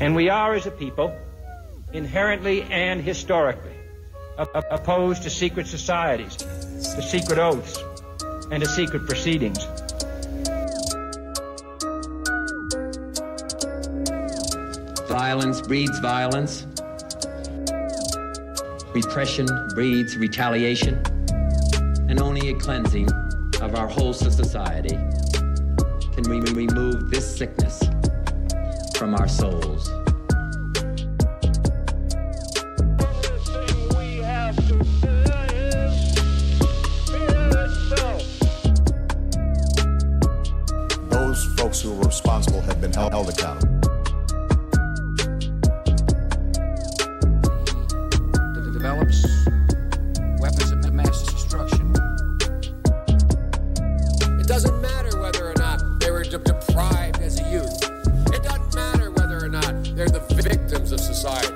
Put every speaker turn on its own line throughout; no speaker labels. And we are, as a people, inherently and historically opposed to secret societies, to secret oaths, and to secret proceedings.
Violence breeds violence. Repression breeds retaliation. And only a cleansing of our whole society can we remove this sickness from our souls.
Those folks who were responsible have been held, held accountable.
that develops weapons of mass destruction.
It doesn't matter whether or not they were de- deprived as a youth. It doesn't matter whether or not they're the victims of society.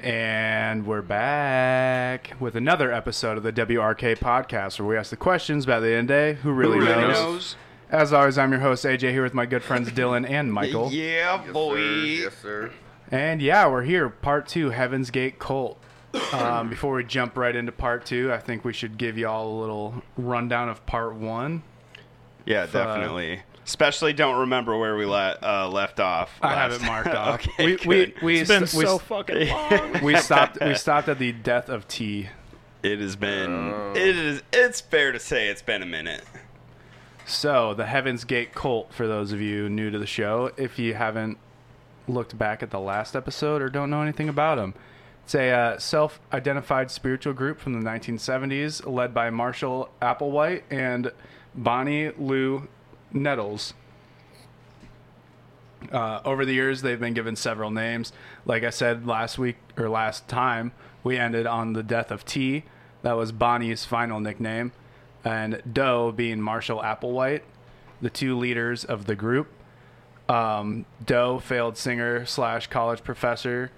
And we're back with another episode of the WRK podcast where we ask the questions about the end of the day. Who really,
really
knows?
knows?
As always, I'm your host, AJ, here with my good friends Dylan and Michael.
Yeah, boy.
Yes, sir.
And yeah, we're here, part two, Heaven's Gate Cult. Um, before we jump right into part two, I think we should give y'all a little rundown of part one.
Yeah, definitely. Especially don't remember where we let, uh, left off.
I have
last-
it marked off.
okay,
we, we,
good.
we,
It's been
s- we
so
s-
fucking long.
we stopped. We stopped at the death of T.
It has
Oh.
been. It is. It's fair to say it's been a minute.
So, the Heaven's Gate cult, for those of you new to the show, if you haven't looked back at the last episode or don't know anything about them, it's a uh, self identified spiritual group from the 1970s led by Marshall Applewhite and Bonnie Lou Nettles. Uh, over the years, they've been given several names. Like I said last week or last time, we ended on the death of T. That was Bonnie's final nickname, and Doe being Marshall Applewhite, the two leaders of the group. Um, Doe, failed singer slash college professor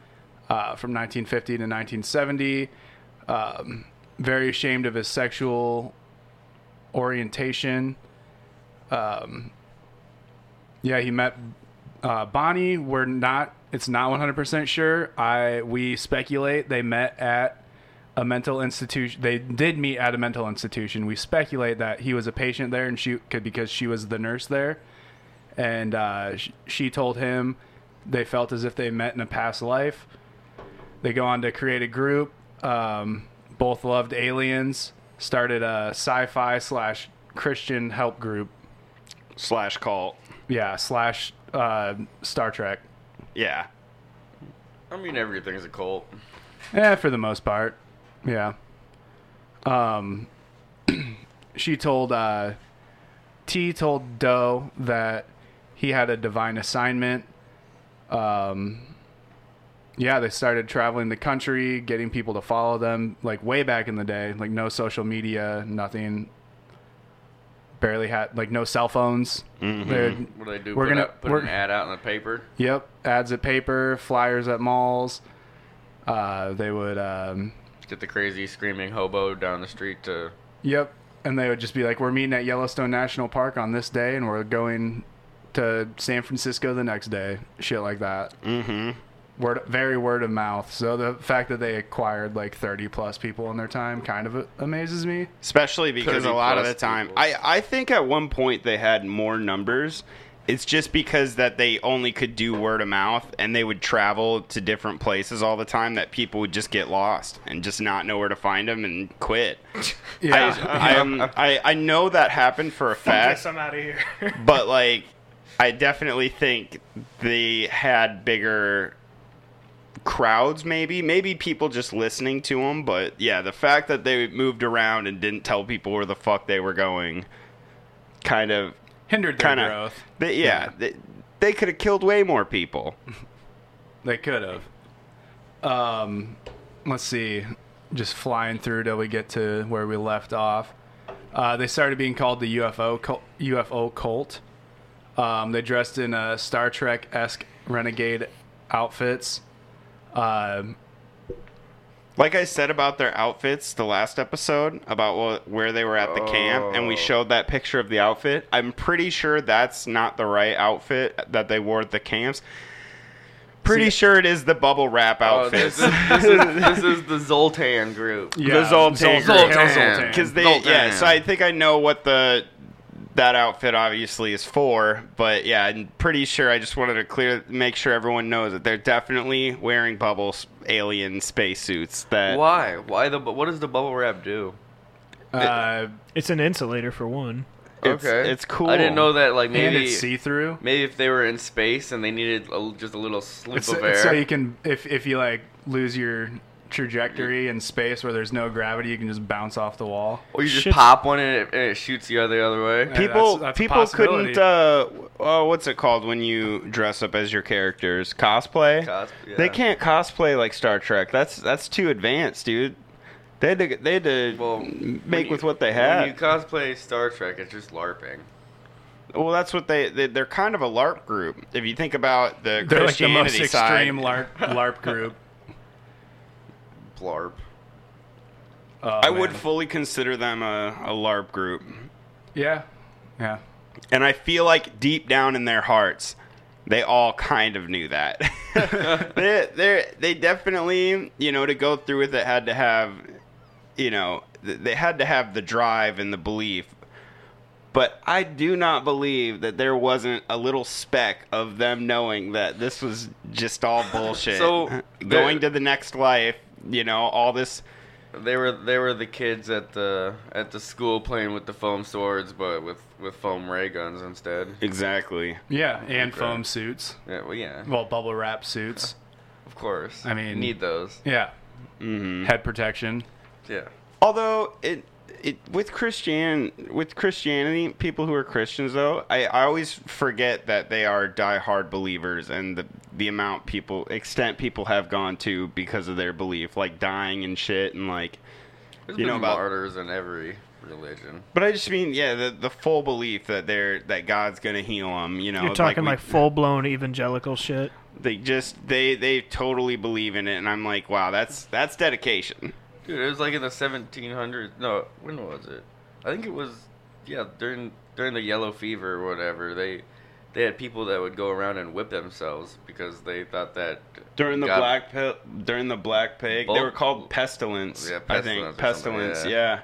uh, from 1950 to 1970, um, very ashamed of his sexual orientation. Um, yeah, he met uh, Bonnie. We're not. It's not 100% sure. I we speculate they met at a mental institution. They did meet at a mental institution. We speculate that he was a patient there, and she could because she was the nurse there, and uh, sh- she told him they felt as if they met in a past life. They go on to create a group. Um, both loved aliens. Started a sci-fi slash Christian help group.
Slash cult.
Yeah, slash uh, Star Trek.
Yeah.
I mean, everything's a cult.
Yeah, Eh, for the most part. Yeah. Um, she told uh, T told Doe that he had a divine assignment. Um, yeah, they started traveling the country, getting people to follow them. Like way back in the day, like no social media, nothing. Barely had like no cell phones. They're-
What do they do?
We're
put
gonna-
out- put
we're-
an ad out in the paper.
Yep, ads at paper, flyers at malls. Uh, they would, um,
Get the crazy screaming hobo down the street to.
yep, and they would just be like, "We're meeting at Yellowstone National Park on this day, and we're going to San Francisco the next day." Shit like that. Mm-hmm. Word, very word of mouth. So the fact that they acquired like thirty plus people in their time kind of amazes me.
Especially because a
30
lot of the
plus
time,
people.
I I think at one point they had more numbers. It's just because that they only could do word of mouth, and they would travel to different places all the time. That people would just get lost and just not know where to find them and quit.
Yeah.
I, I, um, I I know that happened for a fact.
Guess I'm out of here.
but like i definitely think they had bigger crowds maybe maybe people just listening to them but yeah the fact that they moved around and didn't tell people where the fuck they were going kind of
Hindered their
kind of
growth.
they, yeah, They, they could have killed way more people
They could have. Um, let's see. Just flying through till we get to where we left off. Uh, they started being called the UFO cult, UFO cult. Um, they dressed in uh, Star Trek esque renegade outfits. Um,
Like I said about their outfits the last episode about wh- where they were at the camp
Oh.
and we showed that picture of the outfit. I'm pretty sure that's not the right outfit that they wore at the camps. Pretty sure it is the bubble wrap
Oh,
outfit.
this, is, this, is, this is the Zoltan group.
yeah,
Zoltan.
Zoltan.
Zoltan.
Cuz they
Zoltan.
yeah, so I think I know what the that outfit obviously is for, but yeah, I'm pretty sure I just wanted to clear make sure everyone knows that they're definitely wearing bubble s- alien spacesuits that
Why? Why the? bu- What does the bubble wrap do?
Uh,
It's an insulator for one.
It's-
okay,
it's cool.
I didn't know that. Like
and
maybe
it's see through.
maybe if they were in space and they needed a, just a little sloop
It's,
of
it's
air.
so you can if if you like lose your trajectory in space where there's no gravity, you can just bounce off the wall.
Or you just
Shit.
pop one and it, and it shoots you the other way.
Yeah,
people
that's- that's a
people couldn't
possibility.
uh oh, what's it called when you dress up as your characters cosplay
Cos- yeah.
they can't cosplay like star trek that's that's too advanced dude they had to, they had to
Well, when
make
you-
with what they
When you
had
cosplay Star Trek, it's just LARPing.
well that's what they, they they're kind of a larp group if you think about the
They're like the
christianity
most
side
extreme LARP, LARP group.
Blarp.
Oh,
i would
man.
fully consider them a, a larp group
yeah, yeah.
and i feel like deep down in their hearts they all kind of knew that. they they they definitely, you know, to go through with it had to have, you know, th- they had to have the drive and the belief. But I do not believe that there wasn't a little speck of them knowing that this was just all bullshit.
So,
going to
there-
the next life, you know, all this
They were they were the kids at the at the school playing with the foam swords, but with with foam ray guns instead.
exactly.
Yeah, and foam suits.
Yeah, well, yeah,
Well, bubble wrap suits.
of course.
I mean-
need those.
Yeah.
Mm-hmm.
Head protection.
Yeah.
Although it it with Christian with Christianity, people who are Christians though, I, I always forget that they are diehard believers and the the amount people extent people have gone to because of their belief, like dying and shit and like
There's
You
been
know about-
martyrs in every religion.
but I just mean, yeah, the, the full belief that they're that God's gonna heal them. You know,
You're talking
we-
like, full blown evangelical shit.
they just they they totally believe in it, and I'm like, wow, that's that's dedication.
Dude, it was like in the 1700s. No, when was it? I think it was yeah during during the yellow fever or whatever. They they had people that would go around and whip themselves because they thought that
During the
God-
black pe- during the black plague, they
Bul-
were called pestilence.
Yeah,
I think
pestilence or something,
pestilence. Yeah.
yeah.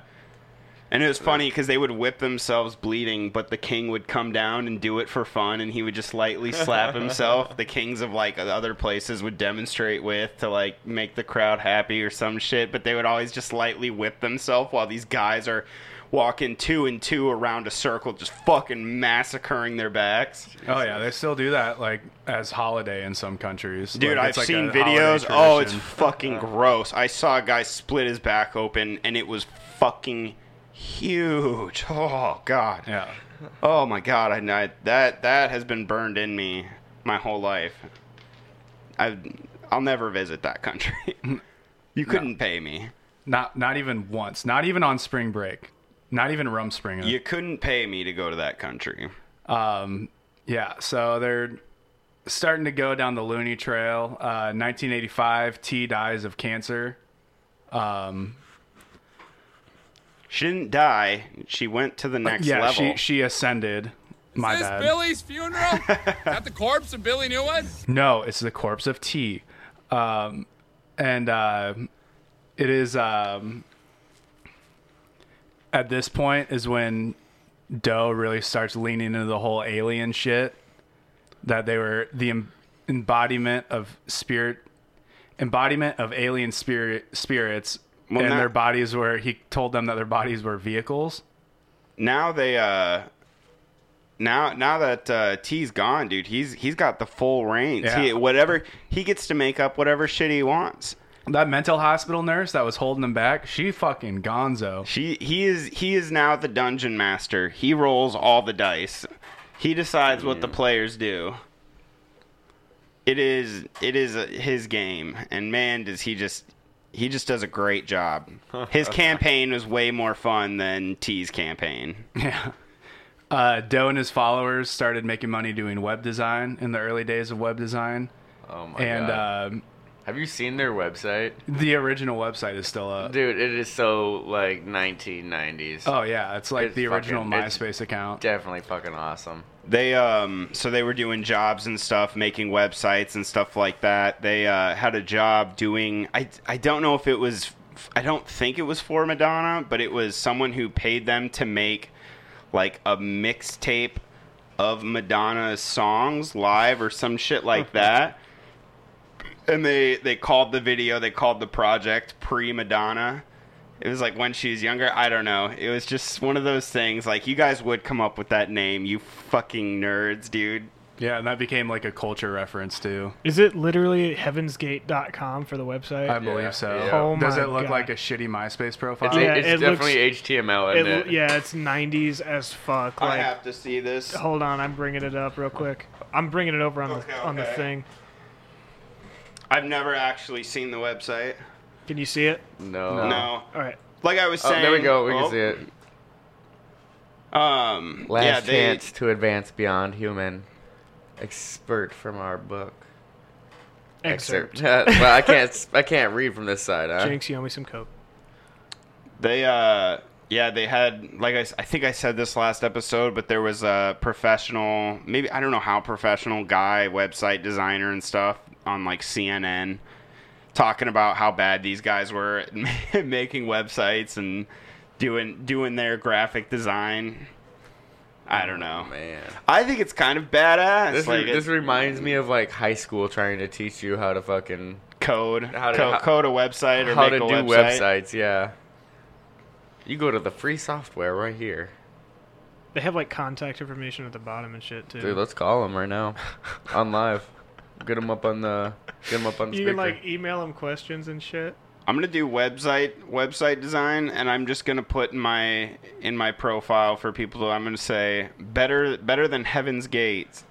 And it was funny because they would whip themselves bleeding, but the king would come down and do it for fun, and he would just lightly slap himself. the kings of like other places would demonstrate with to like make the crowd happy or some shit, but they would always just lightly whip themselves while these guys are walking two and two around a circle, just fucking massacring their backs.
Oh yeah, they still do that like as holiday in some countries.
Dude,
Like,
I've
it's like
seen
a
videos.
holiday
Oh, it's
tradition.
fucking gross. I saw a guy split his back open, and it was fucking huge. Oh god.
yeah.
Oh my god. I, I that that has been burned in me my whole life. I I'll never visit that country.
Mm.
you couldn't pay me.
Not not even once. Not even on spring break. Not even rum spring.
You couldn't pay me to go to that country.
Um, yeah, so they're starting to go down the loony trail. Uh, 1985, T dies of cancer. Um,
She didn't die. She went to the next
Uh, yeah,
level.
she she ascended. My
this
bad.
Billy's funeral? Not the corpse of Billy Newman?
No, it's the corpse of T. Um, and uh, it is um, at this point is when Doe really starts leaning into the whole alien shit that they were the em- embodiment of spirit, embodiment of alien spirit spirits,
Well,
and
now-
their bodies were. He told them that their bodies were vehicles.
now they uh now now that uh T's gone, dude, he's he's got the full reins. He
Yeah.
whatever he gets to make up whatever shit he wants.
That mental hospital nurse that was holding them back, she fucking gonzo.
She he is he is now the dungeon master. He rolls all the dice. He decides what the players do. It is it is uh, his game, and man, does he just he just does a great job. His campaign was way more fun than T's campaign.
Yeah. Uh, Doe and his followers started making money doing web design in the early days of web design,
Oh my
and
god.
uh,
um
Have you seen their website?
the original website is still up.
Dude, it is so like 1990s.
Oh yeah, it's like
It's
the original
fucking- it's-
MySpace account.
Definitely fucking awesome.
They um so they were doing jobs and stuff, making websites and stuff like that. They uh, had a job doing I I don't know if it was I don't think it was for Madonna, but it was someone who paid them to make like a mixtape of Madonna's songs live or some shit like that. And they they called the video, they called the project pre Madonna. It was like when she was younger. I don't know. It was just one of those things. Like you guys would come up with that name, you fucking nerds, dude.
Yeah, and that became like a culture reference too.
Is it literally heavensgate.com for the website?
I believe so.
yeah.
Oh
Does
my
it look
God.
like a shitty MySpace profile?
It's,
Yeah,
it's
it looks-
definitely HTML,
It
isn't
l-
it?
yeah, it's 90s as fuck.
I
Like,
have to see this.
hold on, I'm bringing it up real quick. I'm bringing it over on
Okay,
the on the
okay.
thing.
I've never actually seen the website.
Can you see it?
No.
No.
All right.
Like I was
Oh,
saying.
there we go. We
Oh,
can see it.
Um.
Last
yeah, they,
chance to advance beyond human. Expert from our book.
Excerpt.
well, I can't. I can't read from this side. Huh?
Jinx, you owe me some coke.
They uh yeah, they had like I, s- I think I said this last episode, but there was a professional, maybe I don't know how professional guy, website designer and stuff on like CNN talking about how bad these guys were at ma- making websites and doing doing their graphic design. I don't know.
Oh, Man,
I think it's kind of badass.
this
like
re- this reminds me of like high school trying to teach you how to fucking
code,
how to-
co-
how-
code a website or
how
make
to
a
do
website.
websites. Yeah. You go to the free software right here,
They have like contact information at the bottom and shit too.
dude. Let's call them right now, on live. Get them up on the. Get them up on
you
speaker.
can like email them questions and shit.
I'm gonna do website website design, and I'm just gonna put in my in my profile for people. I'm gonna say better better than Heaven's Gate.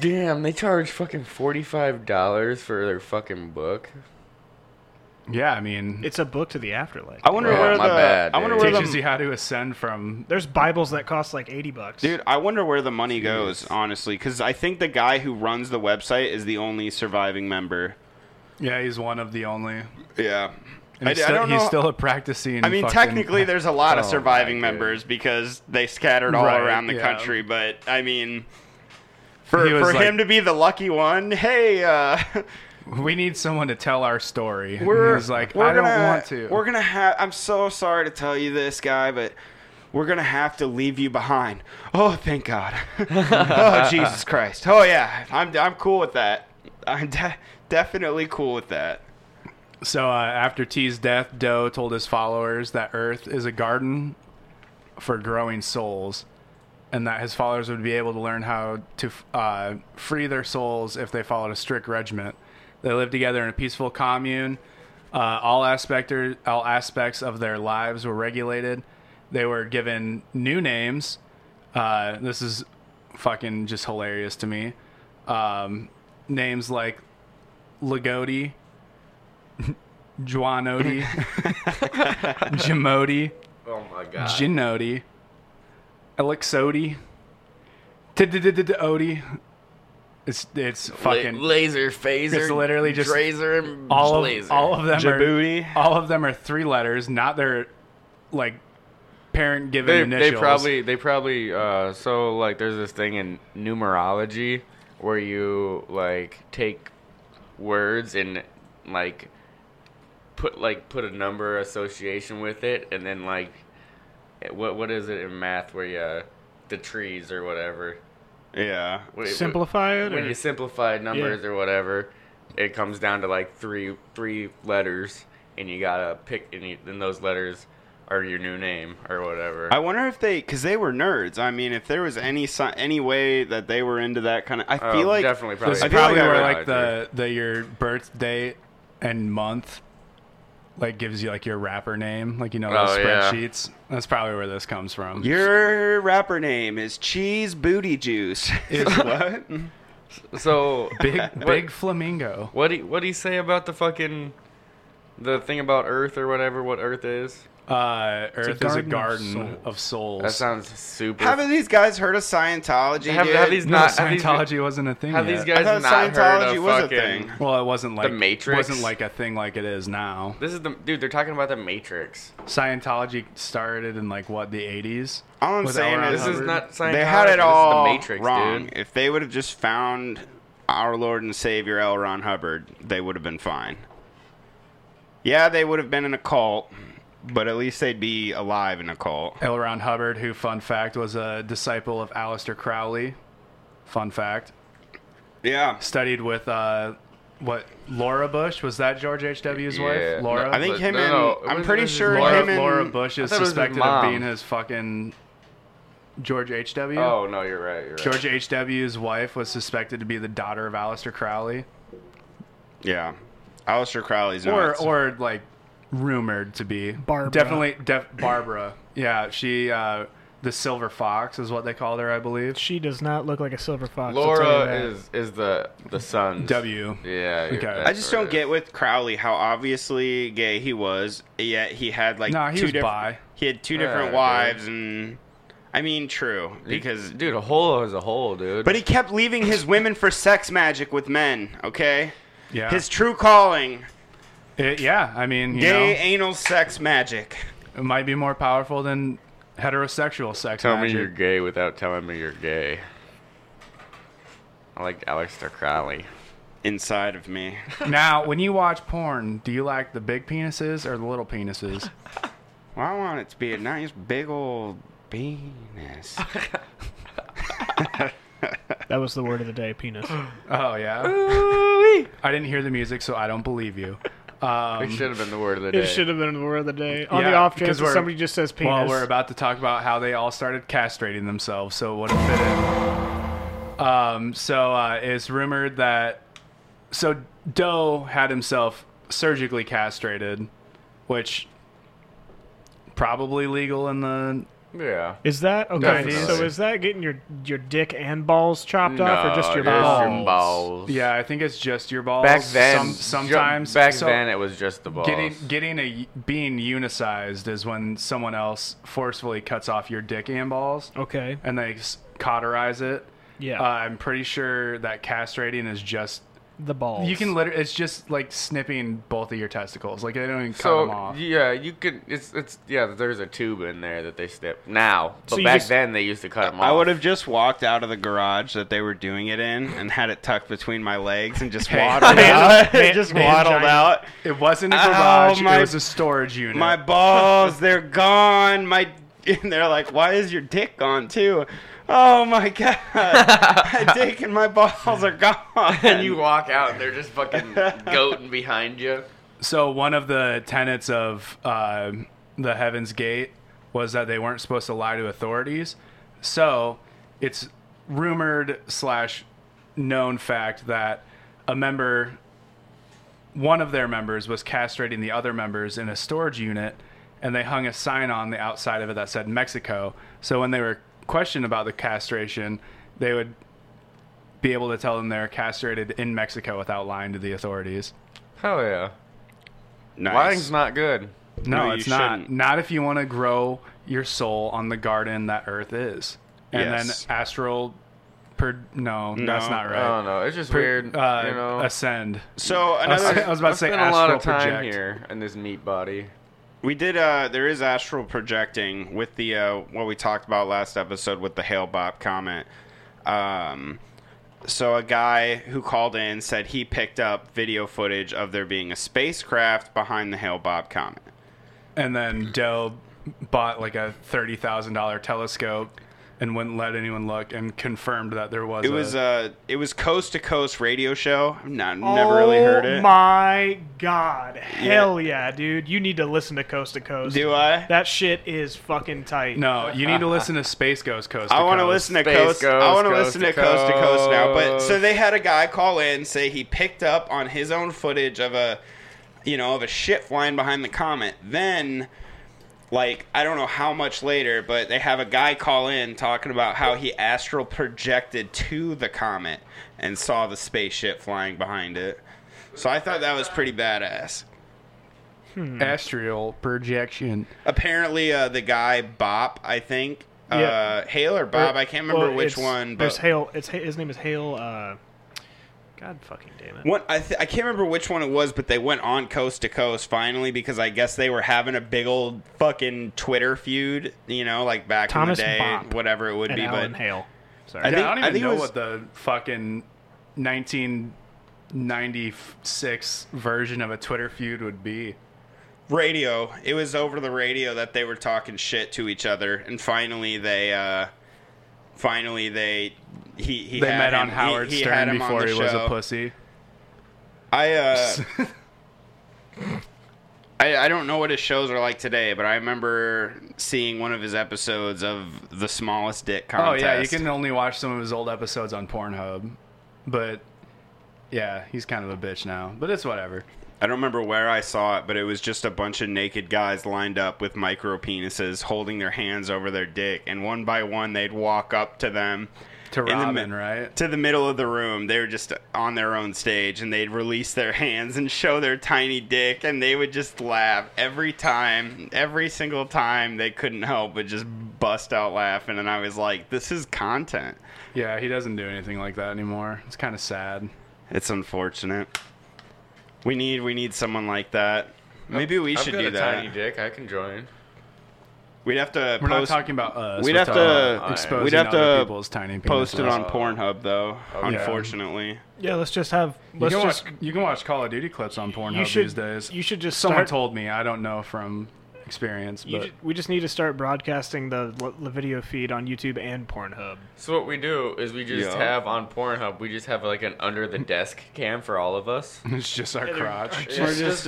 Damn, they charge fucking forty five dollars for their fucking book.
yeah, I mean, it
It's a book to the afterlife.
I wonder
Yeah,
where the
my bad,
I wonder
dude.
where
teaches
the,
you how to ascend from.
There's Bibles that cost like 80 bucks.
dude. I wonder where the money goes, honestly, because I think the guy who runs the website is the only surviving member.
Yeah, he's one of the only.
Yeah,
And
I,
he's
I
still,
don't know.
He's still a practicing.
I mean,
fucking-
technically, there's a lot of
Oh,
surviving
my
members because they scattered all
Right,
around the
yeah.
country. But I mean, for
He was
for
like-
him to be the lucky one, hey. uh...
we need someone to tell our story. And
we're
he's like,
we're
I don't
gonna,
want to.
We're gonna have. I'm so sorry to tell you this, guy, but we're gonna have to leave you behind. Oh, thank God. oh, Jesus Christ. Oh yeah, I'm I'm cool with that. I'm de- definitely cool with that.
So uh, after T's death, Doe told his followers that Earth is a garden for growing souls, and that his followers would be able to learn how to uh, free their souls if they followed a strict regiment. They lived together in a peaceful commune. Uh, all aspect all aspects of their lives were regulated. They were given new names. Uh, this is fucking just hilarious to me. Um, names like Lagodi, Juanodi, Jamodi,
Oh my god.
Ginodi, Elixodi, Odi. It's it's fucking
laser phaser.
It's literally just
razor and
all of
laser.
all of them
Djibouti.
are all of them are three letters, not their like parent given
they, they
initials.
probably they probably uh, so like there's this thing in numerology where you like take words and like put like put a number association with it and then like eh, what what is it in math where you uh, the trees or whatever
Yeah.
Wait, wh-
Simplify it.
when
or-
you simplify numbers or whatever, it comes down to like three three letters, and you gotta pick any. Then those letters are your new name or whatever.
I wonder if they, because they were nerds. I mean, if there was any si- any way that they were into that kind of, I
Oh,
feel like
definitely
This
probably.
is
I feel
probably
like I
where
read
like the, the your birth date and month like gives you like your rapper name, like you know those
Oh, yeah.
spreadsheets. That's probably where this comes from.
your rapper name is Cheese Booty Juice. Is what?
so
Big big flamingo.
what do you, what do you say about the fucking the thing about Earth or whatever? What Earth is?
Uh, Earth is
garden
a
of
garden
souls.
of souls.
That sounds super.
Haven't these guys heard of Scientology?
Have-
dude?
have these-
no,
not- have these-
Scientology wasn't a thing.
have
yet.
these
I
guys
thought
not heard
Scientology
of
was a
fucking?
thing.
Well, it wasn't like
Matrix?
Wasn't like a thing like it is now.
This is the dude. They're talking about the Matrix.
Scientology started in like what the eighties.
All I'm
With
saying
L. Ron
is-
This is
Hubbard.
not Scientology.
They had
this is
it
the
all
Matrix,
wrong.
dude.
If they would have just found our Lord and Savior L. Ron Hubbard, they would have been fine. Yeah, they would have been in a cult, but at least they'd be alive in a cult.
L. Ron Hubbard, who fun fact was a disciple of Aleister Crowley. Fun fact.
Yeah.
Studied with uh, what Laura Bush was that George H. W's
Yeah.
wife? Laura.
I think
But
him
no,
and
no, it
I'm
was-
pretty
this is
sure
Laura-
him and
Laura Bush is
I thought it was his
suspected of
mom.
being his fucking George H. W.
Oh no, you're right. You're right.
George H. W.'s wife was suspected to be the daughter of Aleister Crowley,
yeah, Aleister Crowley's
or
nuts.
or like rumored to be
Barbara.
Definitely, def- Barbara. Yeah, she uh, the Silver Fox is what they called her, I believe.
She does not look like a silver fox. I'll tell you
Laura
that.
is is the the son.
W.
Yeah. you're-
Okay.
that's
I just
what
don't
it
get
is.
with Crowley how obviously gay he was, yet he had like
Nah, he
two
was
different.
bi.
He had two
Yeah,
different
dude.
wives, and I mean, true because
dude, a hole is a hole, dude.
But he kept leaving his women for sex magic with men, okay?
Yeah,
His true calling,
It- yeah. I mean, you
gay
know,
anal sex magic.
it might be more powerful than heterosexual sex
Tell
magic.
me you're gay without telling me you're gay. I like Aleister Crowley.
Inside of me.
Now, when you watch porn, do you like the big penises or the little penises?
Well, I want it to be a nice big old penis.
That was the word of the day. Penis.
Oh yeah. I didn't hear the music, so I don't believe you.
it should have been the word of the day.
it should have been the word of the day. On the
Yeah,
off
because
chance that
we're-
somebody just says penis.
Well, we're about to talk about how they all started castrating themselves, so it wouldn't fit in. Um, so uh, it's rumored that so Doe had himself surgically castrated, which probably legal in the
Yeah.
Is that okay?
Definitely.
So is that getting your your dick and balls chopped off, or just your
No,
balls?
balls.
um, yeah. I think it's just your balls.
Back then,
some,
ju-
sometimes
back
so
then it was just the balls.
Getting getting a being unicized is when someone else forcefully cuts off your dick and balls,
Okay.
and they s- cauterize it.
Yeah.
Uh, I'm pretty sure that castrating is just
the balls.
you can literally it's just like snipping both of your testicles. Like they don't even cut them
so
off.
yeah, you could. It's it's yeah. There's a tube in there that they step now, but
So you
back
just-
then they used to cut them off.
I would have just walked out of the garage that they were doing it in and had it tucked between my legs and just waddled out. just waddled out.
It wasn't a
Ow,
garage.
my-
it was a storage unit.
My balls, they're gone. My and they're like, why is your dick gone too? Oh my god, my dick and my balls are gone.
And you walk out, and they're just fucking goating behind you.
so one of the tenets of uh, the Heaven's Gate was that they weren't supposed to lie to authorities. So it's rumored slash known fact that a member, one of their members, was castrating the other members in a storage unit, and they hung a sign on the outside of it that said Mexico. So when they were questioned about the castration, they would be able to tell them they're castrated in Mexico without lying to the authorities.
Hell yeah.
Nice.
Lying's not good.
No,
No,
it's
you
not.
shouldn't.
Not if you want to grow your soul on the garden that Earth is, and
Yes.
then astral. Per, no,
No. Uh,
that's not
I
right.
don't know. It's just
Per-
weird.
uh,
you know,
ascend.
So
I was,
another,
I was about to
I've
say
spent
astral
a lot of time
project.
here in this meat body.
we did. Uh, there is astral projecting with the uh, what we talked about last episode with the hail bop comment. Um, so a guy who called in said he picked up video footage of there being a spacecraft behind the hail bop comet.
And then Dell bought like a thirty thousand dollar telescope and wouldn't let anyone look, and confirmed that there was.
It was
a,
uh, it was coast to coast radio show. I've not, never really heard it.
Oh my god! Hell yeah, dude! You need to listen to Coast to Coast.
Do I?
That shit is fucking tight.
no. You need to listen to Space Ghost Coast.
I want to
Coast.
listen to
Space
coast. I
Coast,
want to
Coast
listen
to
to coast to coast now. But so
Coast.
they had a guy call in say he picked up on his own footage of a, you know, of a ship flying behind the comet. Then, like I don't know how much later, but they have a guy call in talking about how he astral projected to the comet and saw the spaceship flying behind it. So I thought that was pretty badass.
astral projection.
Apparently, uh, the guy Bop, I think,
Yeah.
uh, Hale or Bob,
Or-
I can't remember
well,
which
it's-
one,
There's
but
Hale. It's Ha- his name is Hale. Uh, God fucking damn it.
One, I, th- I can't remember which one it was, but they went on coast to coast finally because I guess they were having a big old fucking Twitter feud, you know, like back
Thomas
in the day,
Bopp
whatever it would
and
be.
Alan
but
Hale. Sorry.
I
Yeah,
think-
I don't
I
even
think it
know
was-
what the fucking 1996 version of a Twitter feud would be.
radio, it was over the radio that they were talking shit to each other, and finally they, uh, finally they, he, he
They
had
met
him-
on Howard
he- he had
Stern
him on
before
the
he was
show.
a pussy.
I, uh, I, I don't know what his shows are like today, but I remember seeing one of his episodes of the smallest dick
Oh
contest.
yeah, you can only watch some of his old episodes on Pornhub, but yeah, he's kind of a bitch now. But it's whatever.
I don't remember where I saw it, but it was just a bunch of naked guys lined up with micro penises, holding their hands over their dick, and one by one they'd walk up to them
To
In the mi-
Robin, right?
to the middle of the room. They were just on their own stage, and they'd release their hands and show their tiny dick, and they would just laugh every time, every single time. They couldn't help but just bust out laughing, and I was like, "This is content."
Yeah, he doesn't do anything like that anymore. It's kind of sad.
It's unfortunate. We need we need someone like that. Maybe we
I've
should
got
do
a
that.
Tiny dick, I can join.
We'd have to
We're
post,
not talking about us.
we'd
We're
have
talking
to-
about exposing
we'd have
other
to
people's tiny
post it
penises.
on Pornhub though.
Oh,
Unfortunately,
Yeah, let's just have.
You
Let's
can,
just.
watch, you can watch Call of Duty clips on Pornhub
you should.
these days.
You should just.
Someone
start,
told me. I don't know from experience,
You
but
ju- we just need to start broadcasting the, l- the video feed on YouTube and Pornhub.
So what we do is we just
Yeah.
have on Pornhub, we just have like an under the desk cam for all of us.
it's just our crotch.
we're just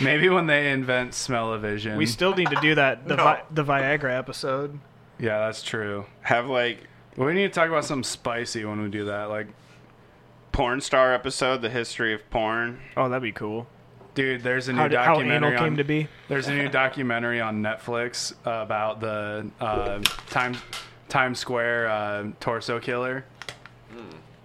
Maybe when they invent smell-o-vision.
We still need to do that the Vi- the Viagra episode.
yeah, that's true.
have like
We need to talk about something spicy when we do that. Like,
porn star episode, the history of porn.
Oh, that'd be cool.
dude, there's a new
How, did, how anal
documentary on,
came to be.
There's a new documentary on Netflix about the uh, Times Times Square uh, torso killer.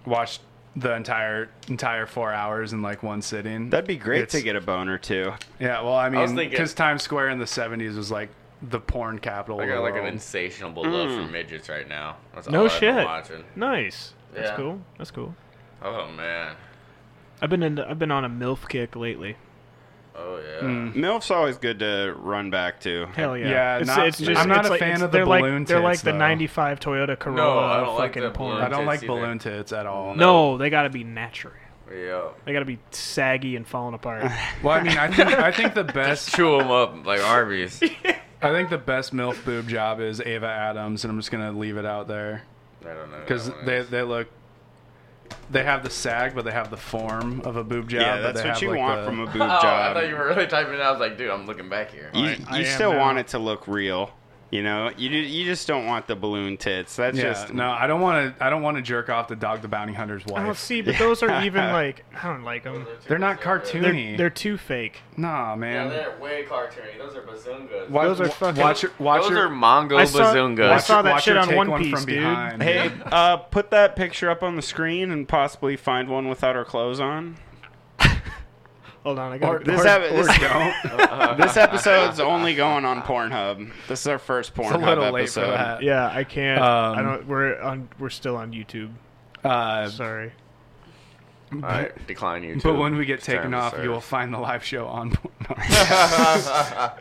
Watched the entire entire four hours in like one sitting.
That'd be great to
It's-
get a boner too.
Yeah, well, I
was
mean,
thinking-
because Times Square in the '70s was like the porn capital.
I
of the
got like an
world.
insatiable love for midgets right now. That's
Mm. No
all I've
shit.
been watching.
Nice. That's
Yeah.
cool. That's cool.
Oh man.
I've been into, I've been on a milf kick lately. Mm.
Oh yeah.
MILF's always good to run back to.
Hell yeah.
Yeah,
it's,
not-
it's just,
I'm not
it's
a
like,
fan
it's-
of the
they're like,
balloon
They're like
tits,
the
though.
95 Toyota Corolla
don't like
fucking
the
porn.
balloon
I don't
tits
like
either.
balloon tits at all.
No, they gotta be natural.
Yeah.
They gotta be saggy and falling apart.
Well, I mean, I think I think the best
Chew them up like Arby's. I
I think the best milf boob job is Ava Adams, and I'm just gonna leave it out there
don't know. who
because
that one
they
is.
they look they have the sag, but they have the form of a boob job.
Yeah,
but
that's
they
what
have,
you
like,
want
the-
from a boob
Oh, I
job.
thought you were really typing it. I was like, dude, I'm looking back here.
you,
I- I am
you still
now.
want it to look real. You know, you ju- you just don't want the balloon tits. That's
Yeah,
just
no, I don't want to. I don't want to jerk off the dog, the bounty hunter's
I don't
wife.
see, but those are even like I don't like them.
They're not cartoony.
They're, they're too fake.
nah, man.
Oh, way cartoony. Those are bazungas.
Wa-
those are
wa-
fucking-
Watch your, watch
Those
your,
are Mongo
I saw-
bazungas.
I saw that
watch
shit
her
on
take
One
one
Piece,
from
dude.
behind.
Hey, uh, put that picture up on the screen and possibly find one without her clothes on.
Hold on, I
Or,
got.
This
or,
hap-
or
this-
don't.
This episode's only going on Pornhub. This is our first
It's a
Pornhub
little late for
episode.
that.
Yeah, I can't.
Um,
I don't. We're on. We're still on YouTube.
Uh,
Sorry.
All right, decline you.
but when we get taken
Terms of
off, you will
service.
find the live show on. no.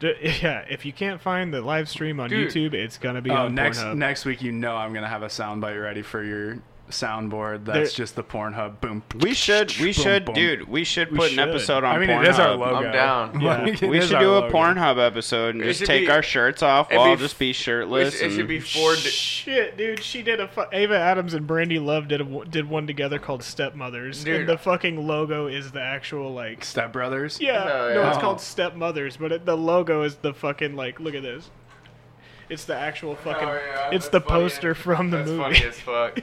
D- yeah, if you can't find the live stream on
Dude.
YouTube, it's gonna be
oh,
on
next
Pornhub.
next week, you know I'm gonna have a soundbite ready for your soundboard. That's
There-
just the Pornhub boom.
We should, we
Boom,
should,
boom.
dude. We should put
should.
an episode on.
I mean,
Pornhub.
it is our logo.
I'm down.
Yeah.
Like, it
We
is
should
our
do a
logo.
Pornhub episode and
It
just
should
take
be-
our shirts off.
it'd
We'll all
be-
just be
It
shirtless.
should- it should
and-
be four. di-
Shit, dude, she did a fu- Ava Adams and Brandy Love did a, did one together called Stepmothers,
Dude.
and the fucking logo is the actual like.
Step Brothers.
Yeah,
Oh,
no,
yeah.
it's
Oh.
called Stepmothers, but it, the logo is the fucking like. Look at this. It's the actual fucking.
Oh, yeah,
it's
that's
the
funny.
poster from the
That's
movie.
funny as fuck.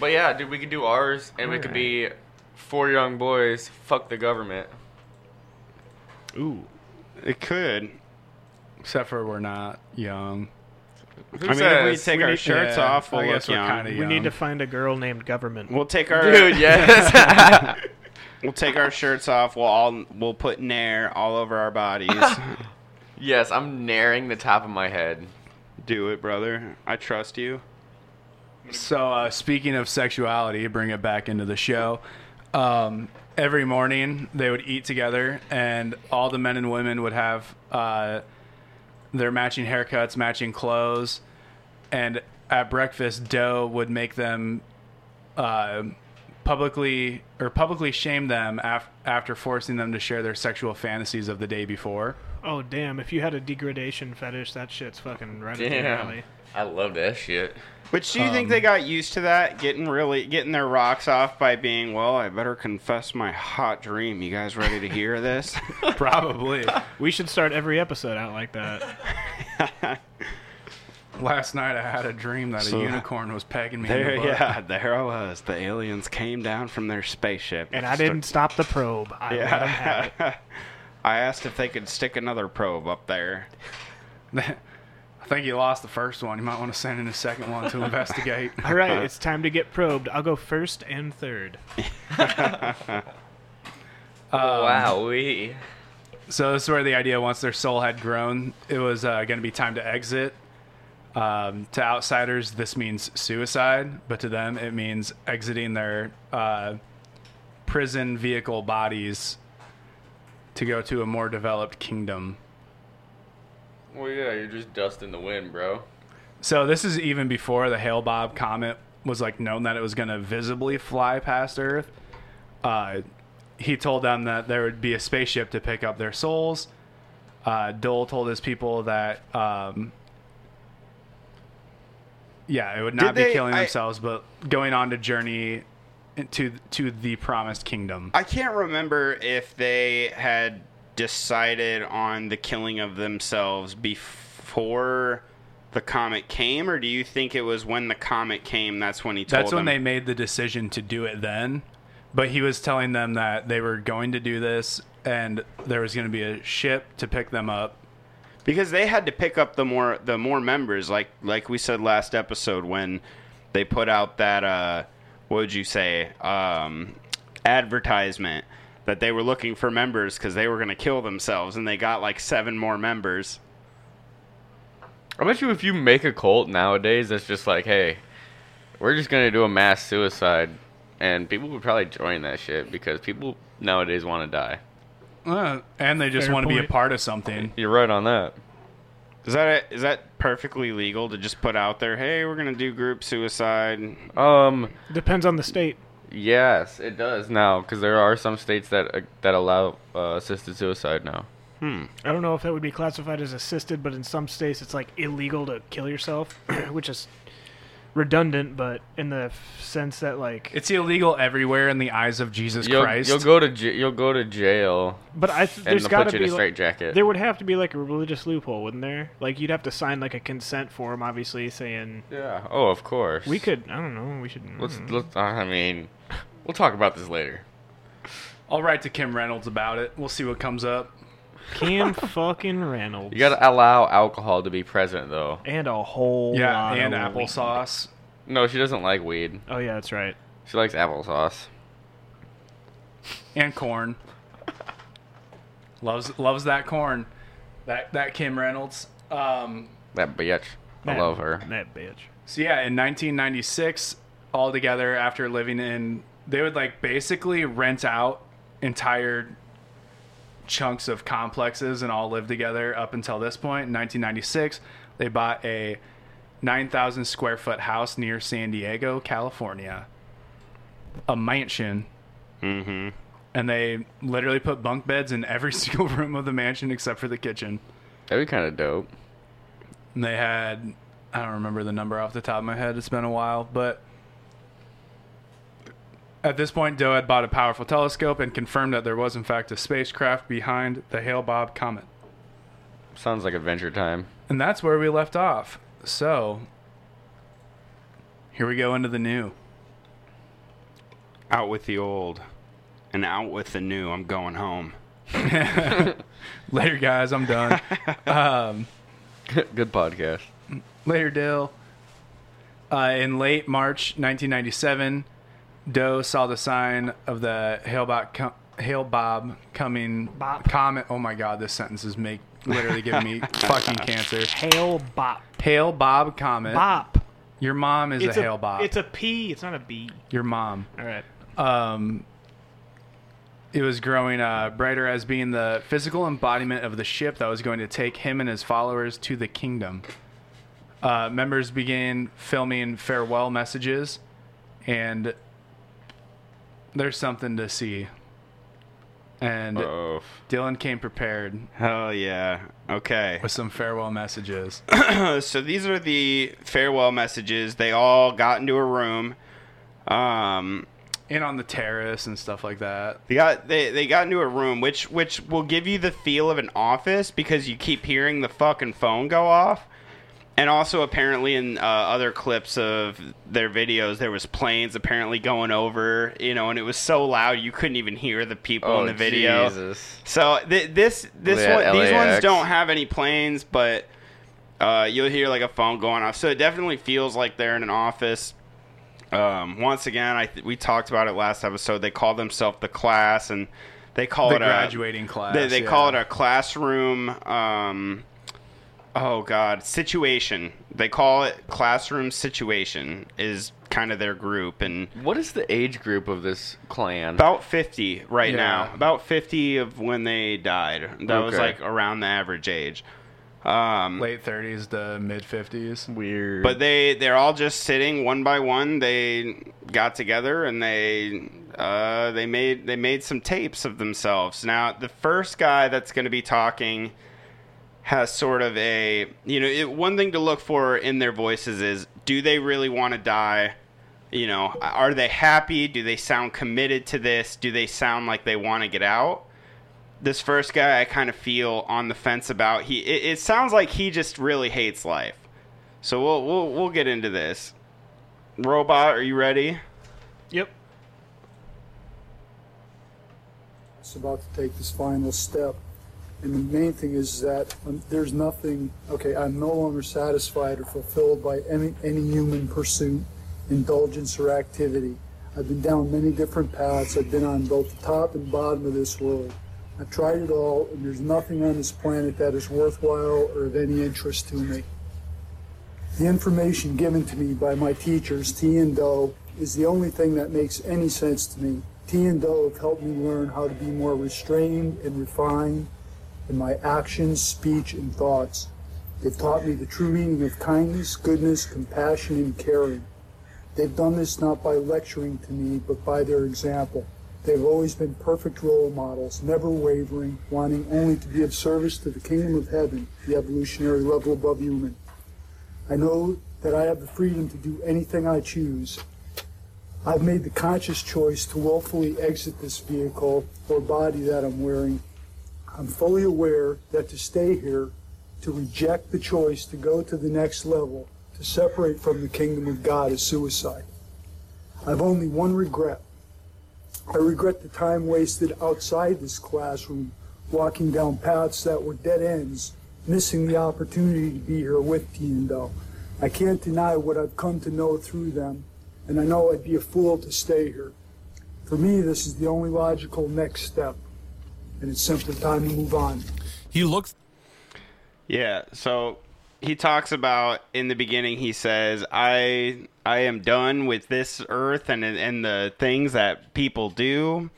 But yeah, dude, we could do ours, and we could be four young boys. Fuck the government.
Ooh.
It could.
Except for we're not young.
Who
I mean, if we
says?
take
We
our
need-
shirts
Yeah,
off, we'll
I
look
guess we're
young.
kinda
We need to find a girl named Government.
We'll take our
Dude, yes.
We'll take our shirts off. We'll all we'll put nair all over our bodies.
Yes, I'm naring the top of my head.
Do it, brother. I trust you.
So uh, speaking of sexuality, bring it back into the show. Um, every morning they would eat together, and all the men and women would have uh, their matching haircuts, matching clothes, and at breakfast, Doe would make them uh, publicly or publicly shame them af- after forcing them to share their sexual fantasies of the day before.
Oh damn! If you had a degradation fetish, that shit's fucking right up your
Damn.
alley.
I love that shit.
But do you
Um,
think they got used to that? Getting really getting their rocks off by being, well, I better confess my hot dream. You guys ready to hear this?
Probably.
We should start every episode out like that.
Last night I had a dream that
So-
a unicorn was pegging me.
there
in the butt.
yeah, there I was. The aliens came down from their spaceship.
And I didn't stop the probe. I let 'em have it.
Yeah. I asked if they could stick another probe up there.
I think you lost the first one. You might want to send in a second one to investigate.
All right, it's time to get probed. I'll go first and third.
wow, we.
so this is where the idea once their soul had grown, it was uh, going to be time to exit. Um, to outsiders, this means suicide, but to them, it means exiting their uh, prison vehicle bodies to go to a more developed kingdom.
Well, yeah, you're just dust in the wind, bro.
So this is even before the Hale Bob comet was like known that it was going to visibly fly past Earth. Uh, he told them that there would be a spaceship to pick up their souls. Uh, Dole told his people that, um, yeah, it would not
Did
be
they-
killing
I-
themselves, but going on to journey to to the promised kingdom.
I can't remember if they had decided on the killing of themselves before the comet came, or do you think it was when the comet came that's when he told
That's when they
them?
made the decision to do it then. But he was telling them that they were going to do this and there was going to be a ship to pick them up.
because they had to pick up the more the more members, like like we said last episode when they put out that uh, what would you say um, advertisement that they were looking for members because they were going to kill themselves, and they got like seven more members.
I bet you if you make a cult nowadays, that's just like, hey, we're just gonna do a mass suicide, and people would probably join that shit because people nowadays want to die.
Uh, and they just
Fair
want to be a
point.
part of something.
You're right on that.
Is that is that perfectly legal to just put out there? Hey, we're gonna do group suicide.
Um,
Depends on the state.
yes, it does now because there are some states that uh, that allow uh, assisted suicide now.
I don't know if that would be classified as assisted, but in some states it's like illegal to kill yourself, which is redundant, but in the f- sense that like,
It's illegal everywhere in the eyes of Jesus
You'll,
Christ.
you'll go to j- you'll go to jail,
but I th-
and
there's
they'll
got
put
to
you
be
in a
like,
straitjacket.
there would have to be like a religious loophole, wouldn't there? Like you'd have to sign like a consent form, obviously saying
yeah. Oh, of course.
we could. Hmm. I don't know. We should. mm.
Let's let's. I mean, we'll talk about this later.
I'll write to Kim Reynolds about it. We'll see what comes up.
Cam fucking Reynolds
You gotta allow alcohol to be present, though.
and a whole
Yeah,
lot
and
of weed.
applesauce.
No, she doesn't like weed.
Oh yeah, that's right.
She likes applesauce.
and corn. loves loves that corn. That that Kim Reynolds. Um,
That bitch. I
That-
love her.
That bitch.
So yeah, in 1996, all together after living in, they would like basically rent out entire chunks of complexes and all live together up until this point. In 1996, they bought a 9,000 square foot house near San Diego, California, a mansion. Mm-hmm. And they literally put bunk beds in every single room of the mansion except for the kitchen.
That'd be kind of dope.
And they had I don't remember the number off the top of my head. It's been a while, but at this point, Doe had bought a powerful telescope and confirmed that there was, in fact, a spacecraft behind the Hale-Bopp comet,
Sounds like Adventure Time.
and that's where we left off. So here we go into the new.
Out with the old, and out with the new. I'm going home.
Later, guys. I'm done.
Good podcast.
Later, Dill. Uh, in late March 1997, Doe saw the sign of the Hail Bob, com- Hail Bob coming
Bop.
comet. Oh my God, this sentence is make literally giving me fucking cancer.
Hail bop.
Hail Bob comet.
Bop.
Your mom is a, Hail Bob.
It's a P. It's not a B.
Your mom.
All right.
It was growing uh, brighter as being the physical embodiment of the ship that was going to take him and his followers to the kingdom. Uh, members began filming farewell messages, and there's something to see. And
Oh,
Dylan came prepared
hell yeah. Okay.
with some farewell messages.
so these are the farewell messages. They all got into a room. Um,
and on the terrace and stuff like that.
they got they, they got into a room, which which will give you the feel of an office because you keep hearing the fucking phone go off. And also, apparently, in uh, other clips of their videos, there was planes apparently going over, you know, and it was so loud you couldn't even hear the people
Oh,
in the video.
Jesus.
So th- this this
They had
one, these ones
LAX.
don't have any planes, but uh, you'll hear like a phone going off. So it definitely feels like they're in an office. Um, once again, I th- we talked about it last episode. They call themselves the class, and they call
The
it
graduating
a,
class,
They, they
yeah.
call it a classroom. Um, oh God, situation. They call it classroom situation is kind of their group, and
What is the age group of this clan?
about 50 right
Yeah.
now about 50 of when they died that was
Okay.
like around the average age um
Late 30s to mid 50s.
Weird.
but they they're all just sitting one by one they got together and they uh they made they made some tapes of themselves now the first guy that's going to be talking has sort of a you know it, one thing to look for in their voices is do they really want to die you know are they happy do they sound committed to this do they sound like they want to get out this first guy i kind of feel on the fence about he it, it sounds like he just really hates life so we'll we'll, we'll get into this robot are you ready
Yep.
It's about to take this final step. And the main thing is that um, there's nothing, okay, I'm no longer satisfied or fulfilled by any, any human pursuit, indulgence, or activity. I've been down many different paths. I've been on both the top and bottom of this world. I've tried it all, and there's nothing on this planet that is worthwhile or of any interest to me. The information given to me by my teachers, T and Doe, is the only thing that makes any sense to me. T and Doe have helped me learn how to be more restrained and refined in my actions, speech, and thoughts. They've taught me the true meaning of kindness, goodness, compassion, and caring. They've done this not by lecturing to me, but by their example. They've always been perfect role models, never wavering, wanting only to be of service to the kingdom of heaven, the evolutionary level above human. I know that I have the freedom to do anything I choose. I've made the conscious choice to willfully exit this vehicle or body that I'm wearing. I'm fully aware that to stay here, to reject the choice to go to the next level, to separate from the kingdom of God is suicide. I've only one regret. I regret the time wasted outside this classroom, walking down paths that were dead ends, missing the opportunity to be here with Tiendo. I can't deny what I've come to know through them, and I know I'd be a fool to stay here. For me, this is the only logical next step, and it's simply time to move on.
He looks
Yeah, so he talks about in the beginning he says, "I I am done with this earth and and the things that people do.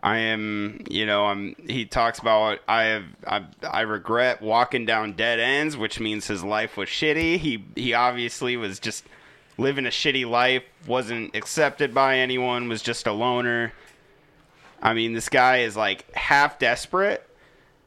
I am, you know, I'm he talks about I have I I regret walking down dead ends, which means his life was shitty. He he obviously was just living a shitty life, wasn't accepted by anyone, was just a loner. I mean, this guy is like half desperate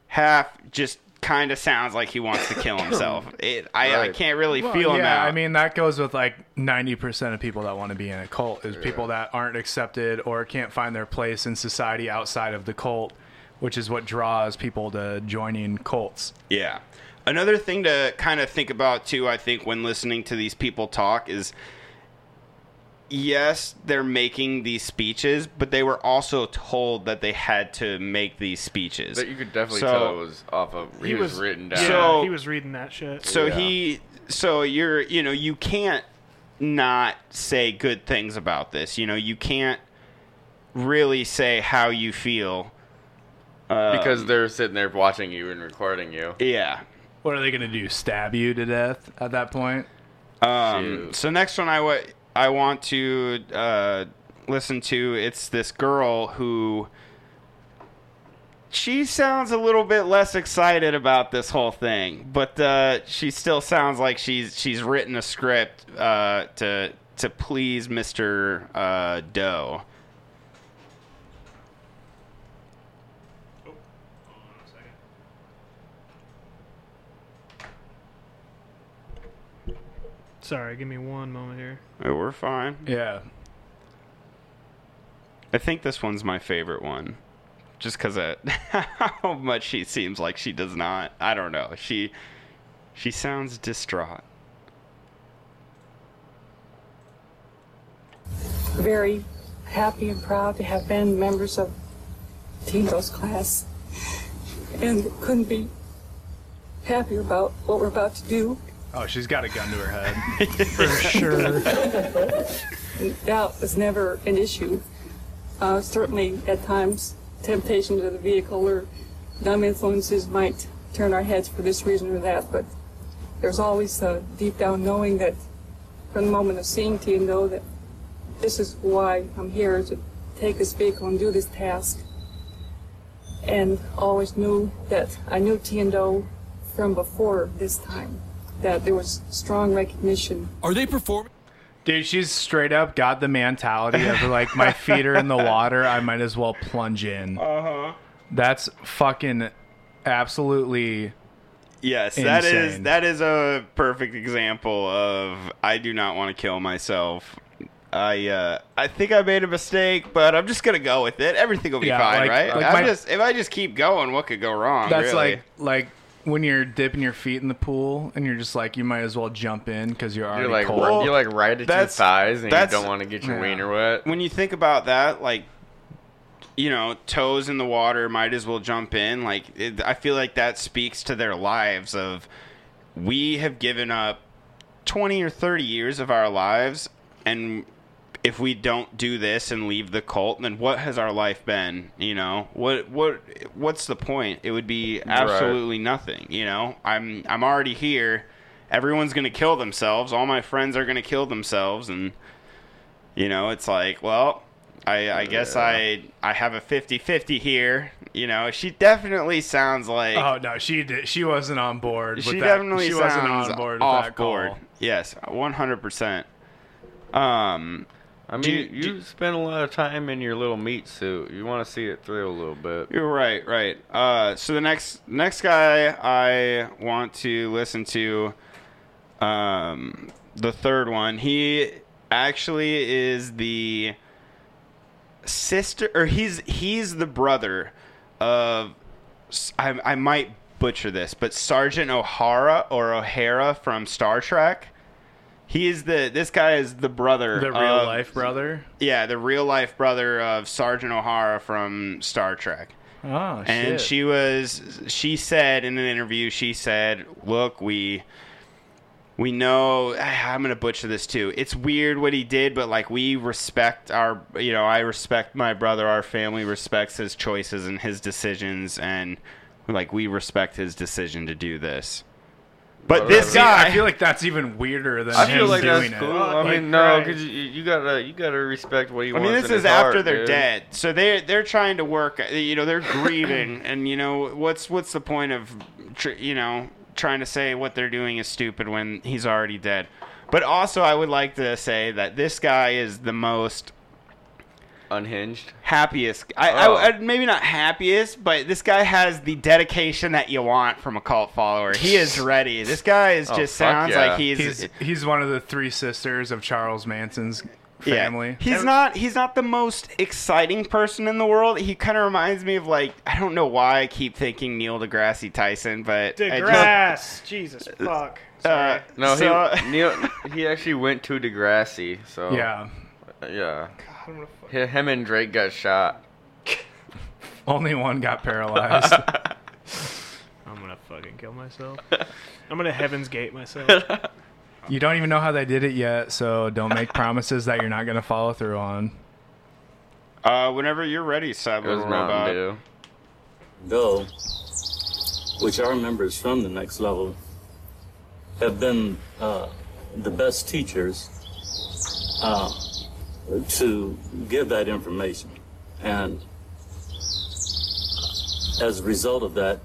half just kind of sounds like he wants to kill himself. It, I, I
Right.
can't really
Well,
feel him
Oh, yeah,
out.
I mean that goes with like ninety percent of people that want to be in a cult is people that aren't accepted or can't find their place in society outside of the cult, which is what draws people to joining cults.
yeah. Another thing to kind of think about too, I think, when listening to these people talk is, yes, they're making these speeches, but they were also told that they had to make these speeches.
But you could definitely
So-
tell it was off of. He,
He
was,
was-
written down.
Yeah,
So-
he was reading that shit.
So
Yeah.
he, so you're, you know, you can't not say good things about this. You know, you can't really say how you feel. Uh,
because they're sitting there watching you and recording you.
yeah.
What are they gonna do? Stab you to death at that point?
Um,
Shoot.
so next one I wa- I want to uh, listen to it's this girl who she sounds a little bit less excited about this whole thing, but uh, she still sounds like she's she's written a script uh, to to please Mister uh, Doe.
Sorry, give me one moment here.
Oh, We're fine.
Yeah.
I think this one's my favorite one, just because of how much she seems like she does not. I don't know. She she sounds distraught.
very happy and proud to have been members of Tito's class and couldn't be happier about what we're about to do.
Oh, she's got a gun to her head.
Sure.
Doubt was never an issue. Uh, certainly, at times, temptation to the vehicle or dumb influences might turn our heads for this reason or that, but there's always a deep down knowing that from the moment of seeing T and know that this is why I'm here to take this vehicle and do this task. And always knew that I knew T and O from before this time, that there was strong recognition
Are they performing?
Dude, she's straight up got the mentality of like my feet are in the water, I might as well plunge in. Uh-huh. That's fucking absolutely
Yes, that is
Insane.
that is a perfect example of I do not want to kill myself. I uh, I think I made a mistake, but I'm just gonna go with it. Everything will be
Yeah,
fine,
like-
right?
like
I'm
my-
just if I just keep going, what could go
Oh,
wrong?
That's
really?
like like when you're dipping your feet in the pool and you're just like you might as well jump in because you're already
You're like
cold.
Well,
you're like right at your
that's-
thighs and you
that's-
don't want to get your
yeah.
wiener wet.
when you think about that, like you know, toes in the water, might as well jump in. Like it, I feel like that speaks to their lives of we have given up 20 or 30 years of our lives and if we don't do this and leave the cult, then what has our life been? You know, what what what's the point? It would be absolutely nothing. You know, I'm I'm already here. Everyone's gonna kill themselves. All my friends are gonna kill themselves, and you know, it's like, well, I I guess I I have a 50-50 here. You know, she definitely sounds like
oh no, she did. She wasn't on board. With
she
that.
definitely
she
sounds
wasn't on board with
off
that call.
board. Yes, one hundred percent. Um.
I mean,
Do
you,
you- do-
spend a lot of time in your little meat suit. You want to see it through a little bit.
You're right, right. Uh, so the next next guy I want to listen to, um, the third one. He actually is the sister, or he's he's the brother of. s- I, I might butcher this, but Sergeant O'Hara or O'Hara from Star Trek. He is the this guy is the brother,
The real
Um,
of-
life brother.
yeah, the real life brother of Sergeant O'Hara from Star Trek.
Oh
And
shit.
she was she said in an interview she said, "Look, we we know I'm going to butcher this too. It's weird what he did, but like we respect our you know, I respect my brother, our family respects his choices and his decisions and like we respect his decision to do this." But this
See,
guy
I feel like that's even weirder than
I feel
him
like that's
doing
cool.
it.
I
Like,
mean, no,
Christ.
because you, you gotta you gotta respect what he
I
wants.
mean, this
in his
is after
heart,
they're
dude.
dead, so they're they're trying to work. uh, You know, they're grieving, and you know what's what's the point of, tr- you know, trying to say what they're doing is stupid when he's already dead. But also, I would like to say that this guy is the most
Unhinged.
happiest. I,
Oh.
I, I maybe not happiest, but this guy has the dedication that you want from a cult follower. He is ready. This guy is
Oh,
just
fuck
sounds
yeah.
like he's.
he's he's one of the three sisters of Charles Manson's
Yeah.
family.
He's not he's not the most exciting person in the world. He kind of reminds me of like I don't know why I keep thinking Neil deGrasse Tyson, but I just-
DeGrasse. Jesus fuck.
uh,
No,
so-
he Neil, he actually went to Degrassi. So
Yeah.
yeah. Hi- Him and Drake got shot.
Only one got paralyzed.
I'm gonna fucking kill myself. I'm gonna heaven's gate myself.
You don't even know how they did it yet, so don't make promises that you're not going to follow through on.
Uh, whenever you're ready, Cyber
was
Robot.
Mountain
Go,
Dew.
which our members from the next level have been uh, the best teachers uh, to give that information. And as a result of that,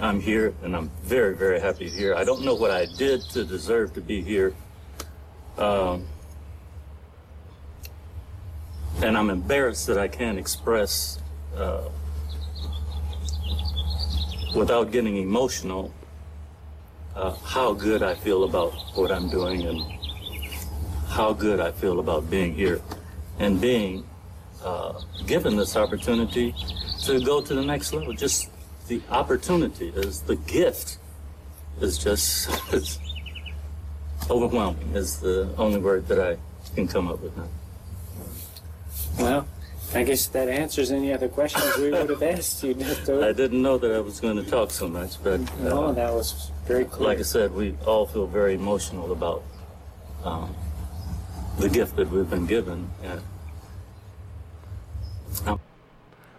I'm here and I'm very, very happy here. I don't know what I did to deserve to be here. Um, and I'm embarrassed that I can't express uh, without getting emotional uh, how good I feel about what I'm doing and how good I feel about being here and being uh, given this opportunity to go to the next level. Just the opportunity is the gift is just it's overwhelming is the only word that I can come up with now.
Well, I guess that answers any other questions we would have asked you.
I didn't know that I was going to talk so much, but uh,
No, that was very clear.
like I said, we all feel very emotional about um, the gift that we've been given. And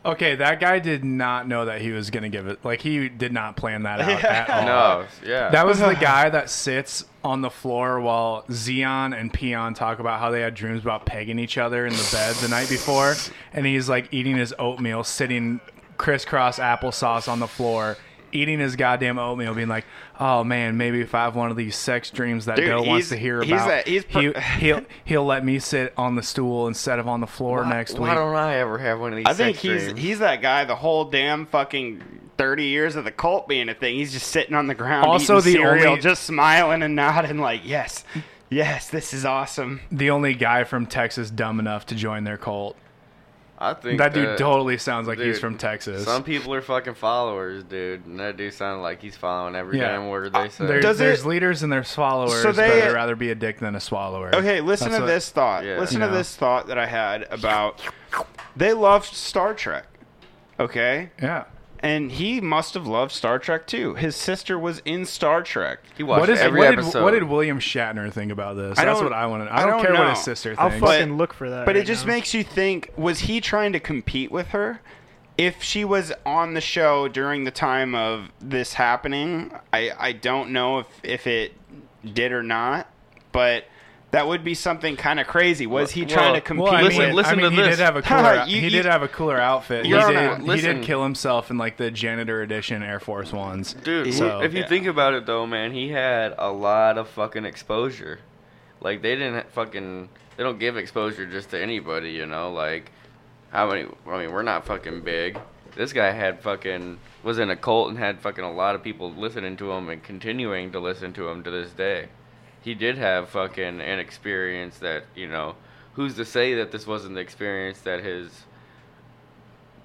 Okay, that guy did not know that he was going to give it. Like, he did not plan that out at all.
No, Oh, yeah.
That was the guy that sits on the floor while Xeon and Peon talk about how they had dreams about pegging each other in the bed the night before. And he's like eating his oatmeal, sitting crisscross applesauce on the floor, eating his goddamn oatmeal, being like, oh man, maybe if I have one of these sex dreams that
Dude,
Dale wants
he's-
to hear
he's
about,
a- he's
he,
per-
he'll, he'll let me sit on the stool instead of on the floor
Why-
next
why
week.
don't
I ever have one of
I think he's he's that guy the whole damn fucking 30 years of the cult being a thing. He's just sitting on the ground
Also
eating
the
cereal,
only-
just smiling and nodding like, "Yes. Yes, this is awesome."
the only guy from Texas dumb enough to join their cult.
I think
That
that,
dude totally sounds like he's
dude,
from Texas.
Some people are fucking followers, dude, and that dude sounded like he's following every
Yeah. Uh,
damn word they say.
There's, there's leaders and there's followers,
So they-
but I'd rather be a dick than a swallower.
Okay, listen
That's
to
what-
this thought. Listen
You
to
know?
this thought that I had about they loved Star Trek. Okay?
Yeah.
And he must have loved Star Trek too. His sister was in Star Trek. He
What is what did, what did William Shatner think about this?
I
That's
don't-
what I want to.
I
I don't
don't
care what
know.
his sister thinks.
I'll fucking
look for that.
But
right
it just
now.
makes you think was he trying to compete with her? If she was on the show during the time of this happening, I, I don't know if, if it did or not, but that would be something kind of crazy. Was he
Well,
trying to compete
well, I mean,
with
I mean, he did have a cooler.
You-
he
you-
did have a cooler outfit. He
You're on
did,
a-
he did
listen.
kill himself in like the janitor edition Air Force Ones.
Dude,
so,
if you think about it though, man, he had a lot of fucking exposure. Like they didn't ha- fucking they don't give exposure just to anybody, you know. Like how many? I mean, we're not fucking big. This guy had fucking was in a cult and had fucking a lot of people listening to him and continuing to listen to him to this day. He did have fucking an experience that you know. Who's to say that this wasn't the experience that his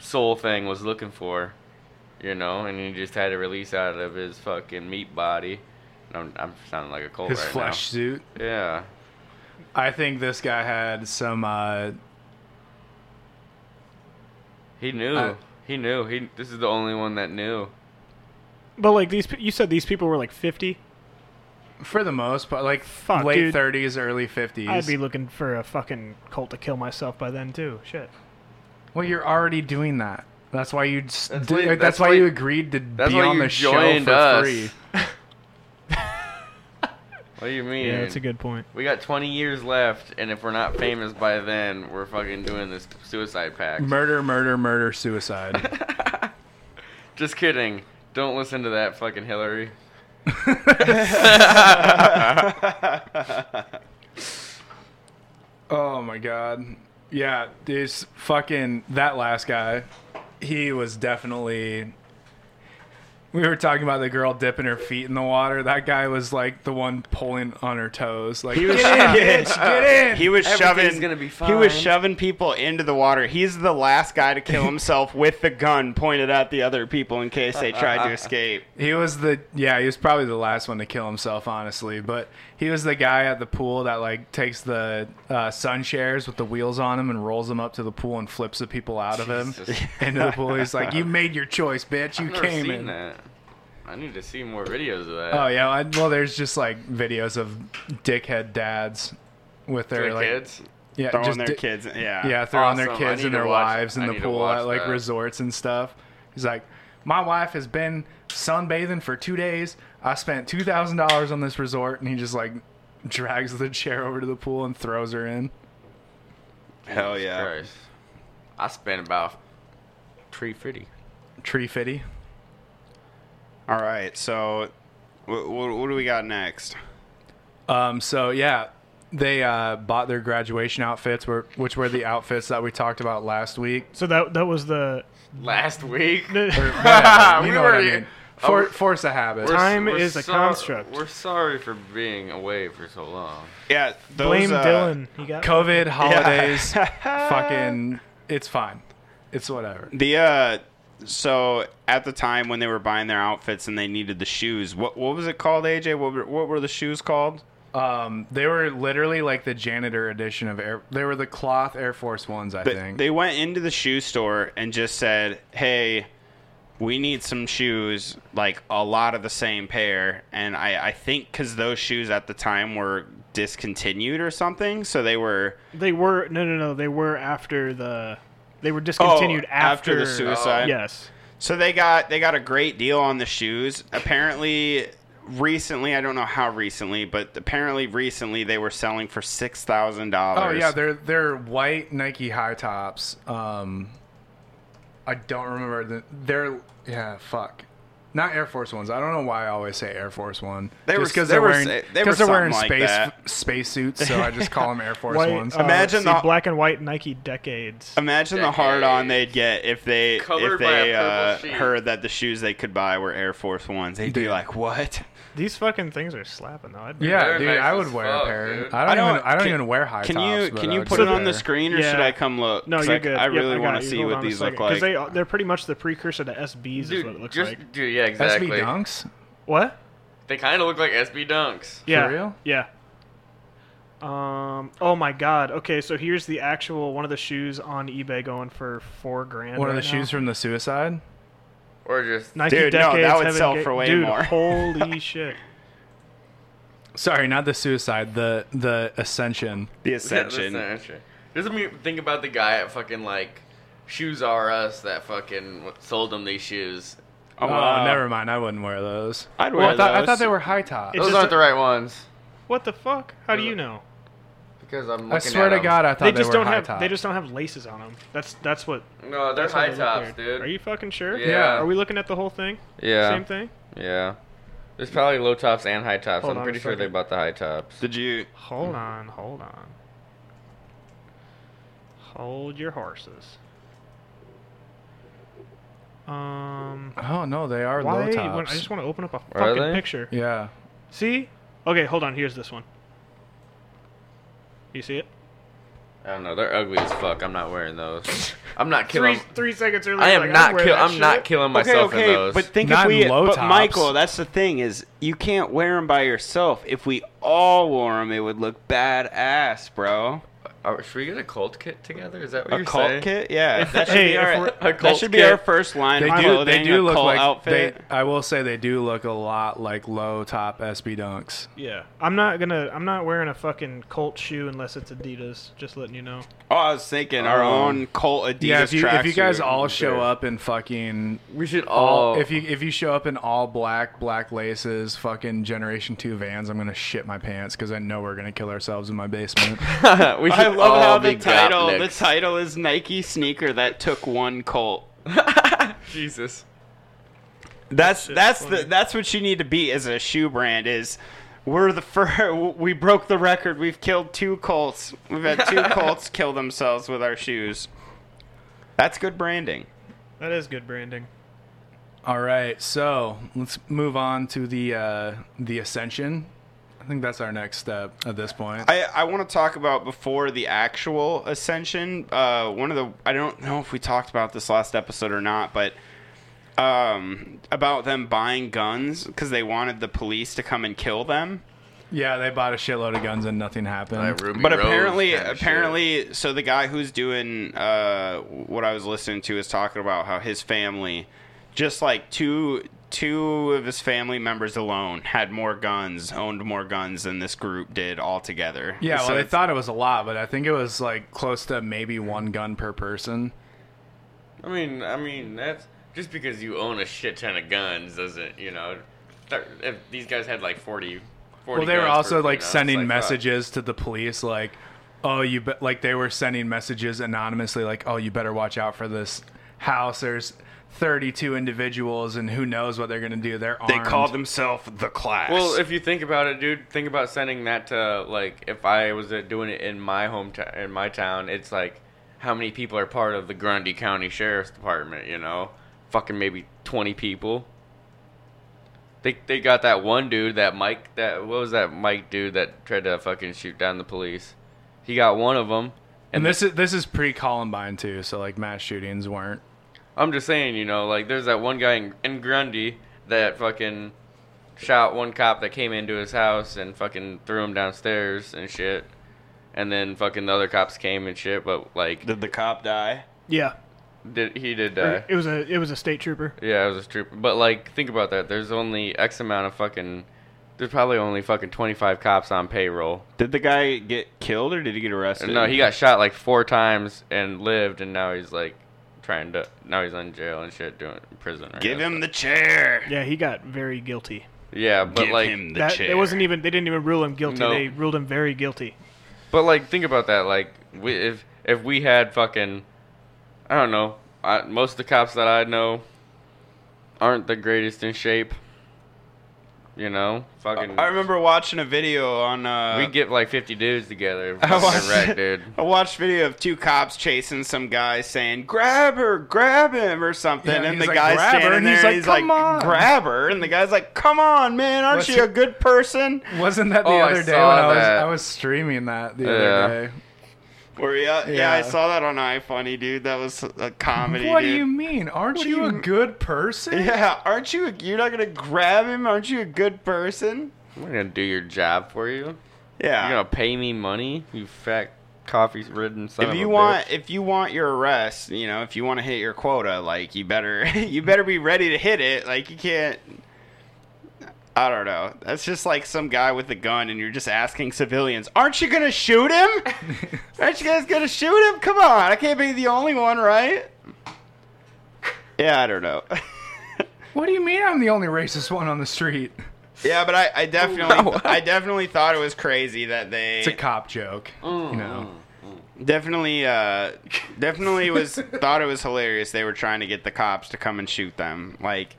soul thing was looking for, you know, and he just had to release out of his fucking meat body. And I'm, I'm sounding like a cult
His
right
flesh
now.
suit.
Yeah.
I think this guy had some. Uh,
He knew.
I-
he knew. He. This is the only one that knew.
But like these, pe- you said these people were like fifty.
for the most part, like
Fuck,
late
dude.
30s, early 50s.
I'd be looking for a fucking cult to kill myself by then too. Shit.
Well, you're already doing that. That's why you. That's,
That's
that's,
why- that's
why
why-
you agreed to
that's
be
why
on
you
the show
joined
for
us.
free.
What do you mean?
Yeah, that's a good point.
We got 20 years left, and if we're not famous by then, we're fucking doing this suicide pact.
Murder, murder, murder, suicide.
Just kidding. Don't listen to that fucking Hillary.
oh my god. Yeah, this fucking that last guy. He was definitely. We were talking about the girl dipping her feet in the water. That guy was like the one pulling on her toes. Like
He was
get in, bitch, get in.
He was shoving. He was
fine.
shoving people into the water. He's the last guy to kill himself with the gun pointed at the other people in case they tried to escape.
He was the yeah, he was probably the last one to kill himself, honestly. But he was the guy at the pool that like takes the uh, sun shares with the wheels on him and rolls them up to the pool and flips the people out of him
Jesus.
into the pool. He's like, "You made your choice, bitch. You
I've never
came
seen
in."
that. I I need to see more videos of that.
Oh yeah, I, well, there's just like videos of dickhead dads with their,
Their
like
kids?
yeah,
Throwing
just
their
di-
kids, yeah.
yeah, throwing their
Ah, Awesome. I
kids
need
and
to
their
watch-
wives in
I
the
need to
pool
watch
at like
that.
resorts and stuff. He's like, my wife has been sunbathing for two days. I spent two thousand dollars on this resort, and he just like drags the chair over to the pool and throws her in.
Hell yeah!
I spent about three fifty.
Tree fitty.
All right, so what, what, what do we got next?
Um, so yeah, they uh, bought their graduation outfits, were, which were the outfits that we talked about last week.
So that that was the
Last week,
Or
whatever, you
We
know what I
were-
mean. For-
oh,
force a habit.
we're-
Time
we're
is a
so-
construct.
We're sorry for being away for so long.
Yeah,
those, Blame uh, Dylan. He got-
COVID holidays.
Yeah.
fucking, it's fine. It's whatever.
The uh, so at the time when they were buying their outfits and they needed the shoes, what what was it called, AJ? What were, what were the shoes called?
Um, they were literally like the janitor edition of Air. They were the cloth Air Force Ones, I
But
think.
They went into the shoe store and just said, "Hey, we need some shoes, like a lot of the same pair." And I, I think because those shoes at the time were discontinued or something, so they were
They were no no no. They were after the. They were discontinued
Oh, after, the suicide.
Yes.
So they got they got a great deal on the shoes. Apparently, recently I don't know how recently, but apparently recently they were selling for six thousand
oh
dollars.
yeah, they're they're white Nike high tops. Um, I don't remember the. They're yeah, fuck. Not Air Force Ones. I don't know why I always say Air Force One.
They were-
just because
they
they're
were
wearing
sa- they were
because they are wearing
something
space
like that.
space suits, so I just call them Air Force
White,
Ones.
uh, see, black and white Nike decades.
Imagine the hard on they'd get if they
Covered
if
by a
they
purple
uh,
sheet.
heard that the shoes they could buy were Air Force Ones. They'd be like, "What?"
These fucking things are slapping though. I'd be-
Yeah, dude, I would wear a pair. I don't, even, I don't
can-
even wear high
Can
tops.
you
but
can
I
you
would
put
just
it on the
wear-
screen, or should I come look?
No,
'Cause
you're
I,
good.
I
Yep,
really
got
want
it.
to
You
see
hold
what
on a
these look
second, 'cause
like.
They, are- they're pretty much the precursor to SBs. is what it looks
just,
like.
Dude, yeah, exactly.
dunks.
What?
They kind of look like SB dunks.
Yeah. Yeah. Um. Oh my God. Okay. So here's the actual one of the shoes on eBay going for four grand.
One of the
right now.
shoes from the suicide.
Or just
Nike
Dude, no, that
decades
would
haven't
sell
ga-
for way
dude,
more.
holy shit!
Sorry, not the suicide. The the ascension.
The
Yeah, that's not true. Doesn't mean think about the guy at fucking like Shoes R Us that fucking sold them these shoes.
Oh, never mind. I wouldn't wear those.
I'd
Well, I
wear
thought, I
those.
thought they were high tops.
Those aren't the right ones.
What the fuck? How do you know?
Because I'm.
I swear to God, I thought
they
they
just
were
don't
high
have.
top.
They just don't have laces on them. That's that's what.
No, they're
that's how
high
they look
tops,
weird.
dude.
Are you fucking sure?
Yeah. Yeah.
Are we looking at the whole thing?
Yeah.
Same thing.
Yeah. There's probably low tops and high tops.
Hold
I'm
on
pretty
a
sure they
second.
bought the high tops.
Did you?
Hold on. Hold on. Hold your horses. Um.
Oh no, they are
Why?
low
When-
tops.
I just want to open up a
Are
fucking
they?
picture.
Yeah.
See? Okay, hold on. Here's this one. You see it?
I don't know. They're ugly as fuck. I'm not wearing those. I'm not killing.
Three, three seconds earlier.
I am
like, I'd
not
wear
kill-
that
I'm not
shit.
killing myself in
okay, okay,
those.
But think
Not
if we,
in low
but
tops.
Michael, that's the thing is you can't wear them by yourself. If we all wore them, it would look badass, bro.
Are, should we get a cult kit together? Is that what
A
you're
cult
saying?
kit? Yeah, that should be our
A
that
cult
should be
kit.
our first line.
They
of
do. They
clothing,
do
a
look
cult
like
outfit.
they. I will say they do look a lot like low top SB dunks.
Yeah, I'm not gonna. I'm not wearing a fucking Colt shoe unless it's Adidas. Just letting you know.
Oh, I was thinking our
Um,
own cult Adidas
yeah, if you, if you guys
tracksuit
all
would be
show
good.
up in fucking,
we
Oh,
should
Oh.
all-
If you if you show up in all black, black laces, fucking Generation Two Vans, I'm gonna shit my pants because I know we're gonna kill ourselves in my basement.
we
I
should
love
all
how
be
the title the
Gopniks.
title is Nike sneaker that took one cult.
Jesus.
That's that's the that's what you need to be as a shoe brand is we're the fir- we broke the record. We've killed two colts. We've had two colts kill themselves with our shoes. That's good branding.
That is good branding.
All right, so let's move on to the uh, the ascension. I think that's our next step at this point.
I, I want to talk about before the actual ascension. Uh, one of the I don't know if we talked about this last episode or not, but um, about them buying guns because they wanted the police to come and kill them.
yeah, they bought a shitload of guns and nothing happened.
Um, but apparently, apparently, so the guy who's doing uh, what I was listening to is talking about how his family just like two two of his family members alone had more guns, owned more guns than this group did altogether.
Yeah,
so
well, they
it's-
thought it was a lot, but I think it was like close to maybe one gun per person.
I mean, I mean that's just because you own a shit ton of guns doesn't you know? Start, if these guys had like 40, 40
Well, they were
guns per-
also
you know,
like
it's
sending
fuck.
messages to the police, like, "Oh, you bet!" Like they were sending messages anonymously, like, "Oh, you better watch out for this house. There's 32 individuals, and who knows what they're gonna do. They're
They
armed.
called themselves the class.
Well, if you think about it, dude, think about sending that to like if I was uh, doing it in my hometown, in my town, it's like how many people are part of the Grundy County Sheriff's Department? You know, fucking maybe twenty people. They they got that one dude, that Mike, that what was that Mike dude that tried to fucking shoot down the police? He got one of them.
and this is this is pre Columbine too, so like mass shootings weren't.
I'm just saying, you know, like there's that one guy in, in Grundy that fucking shot one cop that came into his house and fucking threw him downstairs and shit. And then fucking the other cops came and shit, but like
did the cop die?
Yeah.
Did he did die?
It was a it was a state trooper.
Yeah, it was a trooper. But like, think about that. There's only X amount of fucking. There's probably only fucking 25 cops on payroll.
Did the guy get killed or did he get arrested?
No, he got shot like four times and lived, and now he's like trying to. Now he's in jail and shit, doing prison. Right
Give
now.
him the chair.
Yeah, he got very guilty.
Yeah, but
Give
like
him
that it wasn't even they didn't even rule him guilty.
No.
They ruled him very guilty.
But like, think about that. Like, we, if if we had fucking, I don't know. I, most of the cops that I know aren't the greatest in shape. You know, fucking.
I remember watching a video on. Uh,
we get like fifty dudes together.
I
fucking
watched-
wreck, dude.
I watched video of two cops chasing some guy saying, "Grab her, grab him," or something,
Yeah,
and
he's
the
like,
guy's
"Grab her,"
standing
and
there,
he's
and
like,
he's like,
"Come on."
"Grab her," and the guy's like, "Come on, man, aren't
What's-
you a good person?"
Wasn't that the
Oh, I
other day when
saw
I was
that.
I was streaming that the
Yeah.
other day?
Were you, uh, yeah,
Yeah.
I saw that on iFunny, dude. That was a comedy.
What do
dude.
you mean? Aren't
What do
you,
you
a
m-
good person?
Yeah, aren't you? A, you're not gonna grab him? Aren't you a good person?
I'm gonna do your job for you.
Yeah.
You're gonna pay me money, you fat coffee ridden son
if
of
you
a
want,
bitch.
if you want your arrest, you know, if you want to hit your quota, like you better, you better be ready to hit it. Like you can't. I don't know. That's just like some guy with a gun, and you're just asking civilians, "Aren't you gonna shoot him? Aren't you guys gonna shoot him? Come on, I can't be the only one, right?" Yeah, I don't know.
What do you mean? I'm the only racist one on the street.
yeah, but I, I definitely, I definitely thought it was crazy that they.
It's a cop joke, you know.
Mm. Definitely, uh, definitely was thought it was hilarious. They were trying to get the cops to come and shoot them. Like,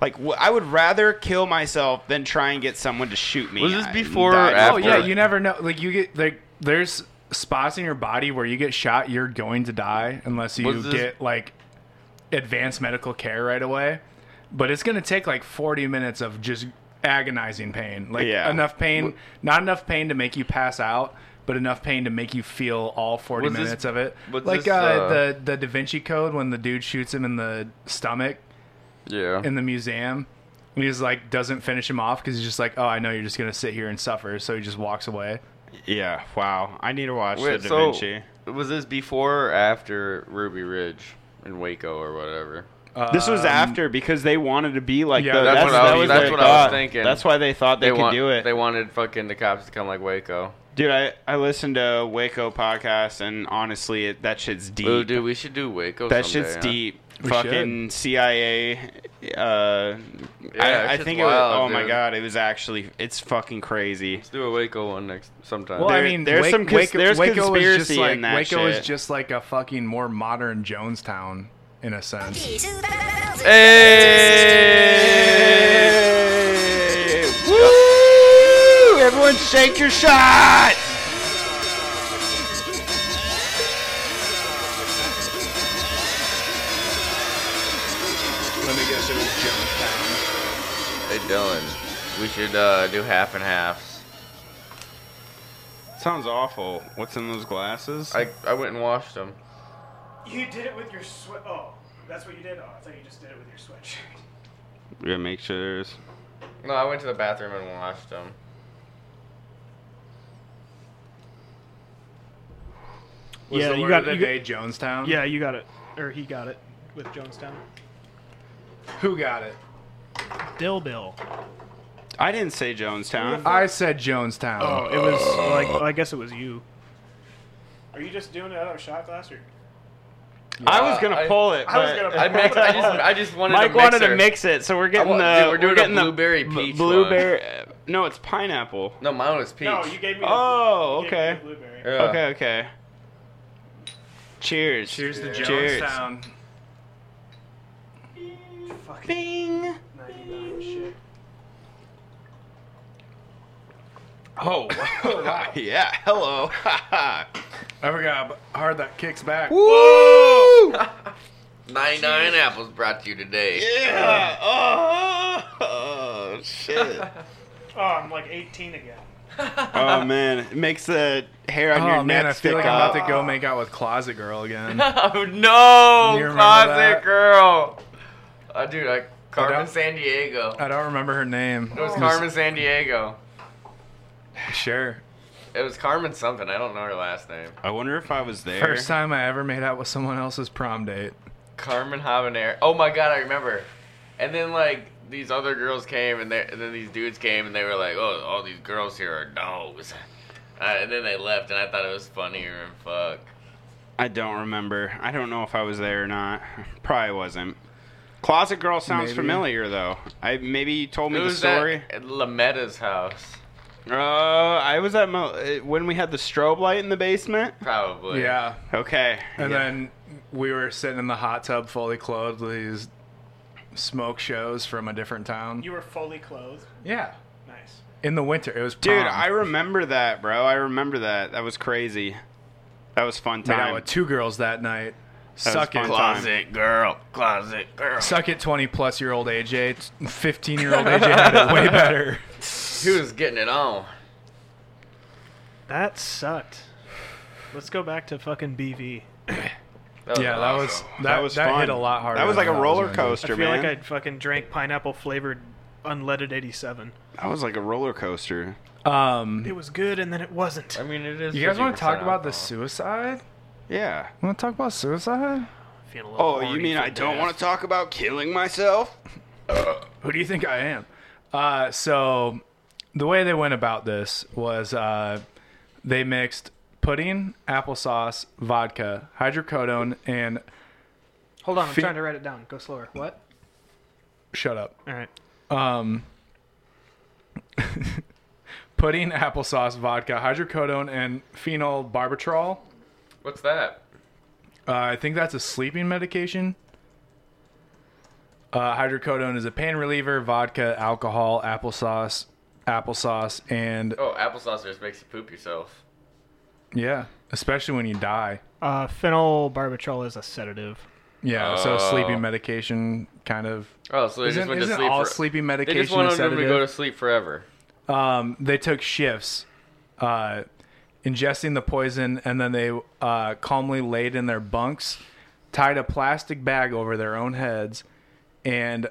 like w- I would rather kill myself than try and get someone to shoot me.
Was this
I-
before or
die by
after?
Oh yeah, you never know. Like you get like there's spots in your body where you get shot, you're going to die unless you
Was this-
get like advanced medical care right away. But it's gonna take like 40 minutes of just agonizing pain. Like
Yeah.
enough pain, not enough pain to make you pass out. But enough pain to make you feel all forty
Was this-
minutes of it,
was
like
this,
uh,
uh,
the the Da Vinci Code when the dude shoots him in the stomach
yeah.
in the museum. And he's like, doesn't finish him off because he's just like, oh, I know you're just gonna sit here and suffer. So he just walks away.
Yeah. Wow. I need to watch
Wait,
the Da
so
Vinci.
was this before or after Ruby Ridge in Waco or whatever?
this was after because they wanted to be like.
Yeah,
the,
that's,
that's,
uh, um, what, I
that
was,
was
that's
their
what I was
thought.
thinking.
That's why they thought they, could
want-
do it.
They wanted fucking the cops to come like Waco.
Dude, I, I listened to Waco podcast and honestly, it, that shit's deep.
Ooh, dude, we should do Waco.
That
someday,
shit's
huh?
deep.
We
Fucking CIA. Uh,
that
I, I
shit's
think it
wild,
was. Oh my
dude.
god, it was actually. It's fucking crazy. Let's
do a Waco one next sometime.
Well, I
There-
mean,
there's
Wake-
some cons-
Waco,
there's
Waco is
conspiracy
just like
in that
Waco
shit.
is just like a fucking more modern Jonestown in a sense.
Hey! Woo! Everyone, shake your shot.
Let me guess, it was Jonestown.
Hey Dylan, we should uh, do half and halves.
Sounds awful. What's in those glasses?
I I went and washed them.
You did it with your sweat. Oh, that's what you did. Oh, I thought you just did it with your sweatshirt.
We're gonna make sure there's.
No, I went to the bathroom and washed them.
Was
Yeah,
the
you
word
got-
of the
you got-
day Jonestown.
Yeah, you got it, or he got it with Jonestown.
Who got it?
Dill Bill.
I didn't say Jonestown.
I said Jonestown.
Oh, it was like well, I guess it was you.
Are you just doing it out of a shot glass or?
I was gonna
I-
pull it.
I was
but-
gonna I pull mixed- it. I just- I just wanted a
Mike wanted
mixer.
to mix it, so we're
I
getting
want-
the
dude, we're doing a
getting the
blueberry
b-
peach
Blueberry. No, it's pineapple.
No, mine was peach.
No, you gave me. the-
Oh,
you gave
okay.
me the blueberry.
Yeah.
Okay, okay. Cheers.
Cheers to
Cheers.
Jonestown.
Bing. Oh, yeah. Hello. I
forgot how hard that kicks back.
Woo!
99 apples brought to you today.
Yeah. Oh, oh shit.
Oh, I'm like 18 again.
oh man, it makes the hair on
Oh
your
man,
neck
I
stick
feel like
up.
I'm about to go make out with Closet Girl again.
oh no,
You remember
closet
that?
girl. Uh, dude, I, Carmen
don't-
San Diego.
Uh,
I don't remember her name.
It was Carmen San Diego.
Sure.
It was Carmen something. I don't know her last name.
I wonder if I was there.
First time I ever made out with someone else's prom date.
Carmen Habanero. Oh my god, I remember. And then like these other girls came, and, they- and then these dudes came, and they were like, "Oh, all these girls here are dogs." Uh, and then they left, and I thought it was funnier and fuck.
I don't remember. I don't know if I was there or not. Probably wasn't. Closet Girl sounds
Maybe.
familiar though. I maybe you told me
It
the
was
story.
at, at Lametta's house,
Uh, I was at Mo- uh, when we had the strobe light in the basement.
probably.
Yeah.
Okay.
And
Yeah.
then we were sitting in the hot tub fully clothed with these smoke shows from a different town.
You were fully clothed.
Yeah.
Nice.
In the winter. It was prom.
Dude, I remember that, bro. I remember that. That was crazy. That was fun
made out
time.
with two girls that night.
That was
Suck it.
fun Closet
girl. Closet girl.
Suck it 20 plus year old AJ. 15 year old AJ had it way better.
He was getting it on.
That sucked. Let's go back to fucking BV.
That
yeah, that was that, that,
was
hit
fun.
a lot harder.
That was like
than
a
I
roller
gonna do.
coaster,
I feel
man.
like I fucking drank pineapple flavored unleaded 87.
that was like a roller coaster.
Um,
It was good and then it wasn't.
I mean, it is.
you guys want to talk about the suicide?
Yeah.
Want to talk about suicide?
Oh, you mean I don't want to talk about killing myself?
Who do you think I am? Uh, so the way they went about this was uh, they mixed pudding, applesauce, vodka, hydrocodone, and
Hold on, I'm
Fe-
trying to write it down. Go slower. What?
shut up.
All right.
Um, pudding, applesauce, vodka, hydrocodone, and phenol barbiturol.
What's that?
Uh, I think that's a sleeping medication. Uh, hydrocodone is a pain reliever. Vodka, alcohol, applesauce, applesauce, and
Oh, applesauce just makes you poop yourself.
yeah, especially when you die.
Uh, phenylbarbital is a sedative.
Yeah, so
Oh.
sleeping medication kind of.
Oh, so they
isn't,
just went to
isn't
sleep.
all
for-
sleeping medication
They just wanted
a
them to go to
sedative?
sleep forever.
Um, they took shifts, uh, ingesting the poison, and then they uh, calmly laid in their bunks, tied a plastic bag over their own heads, and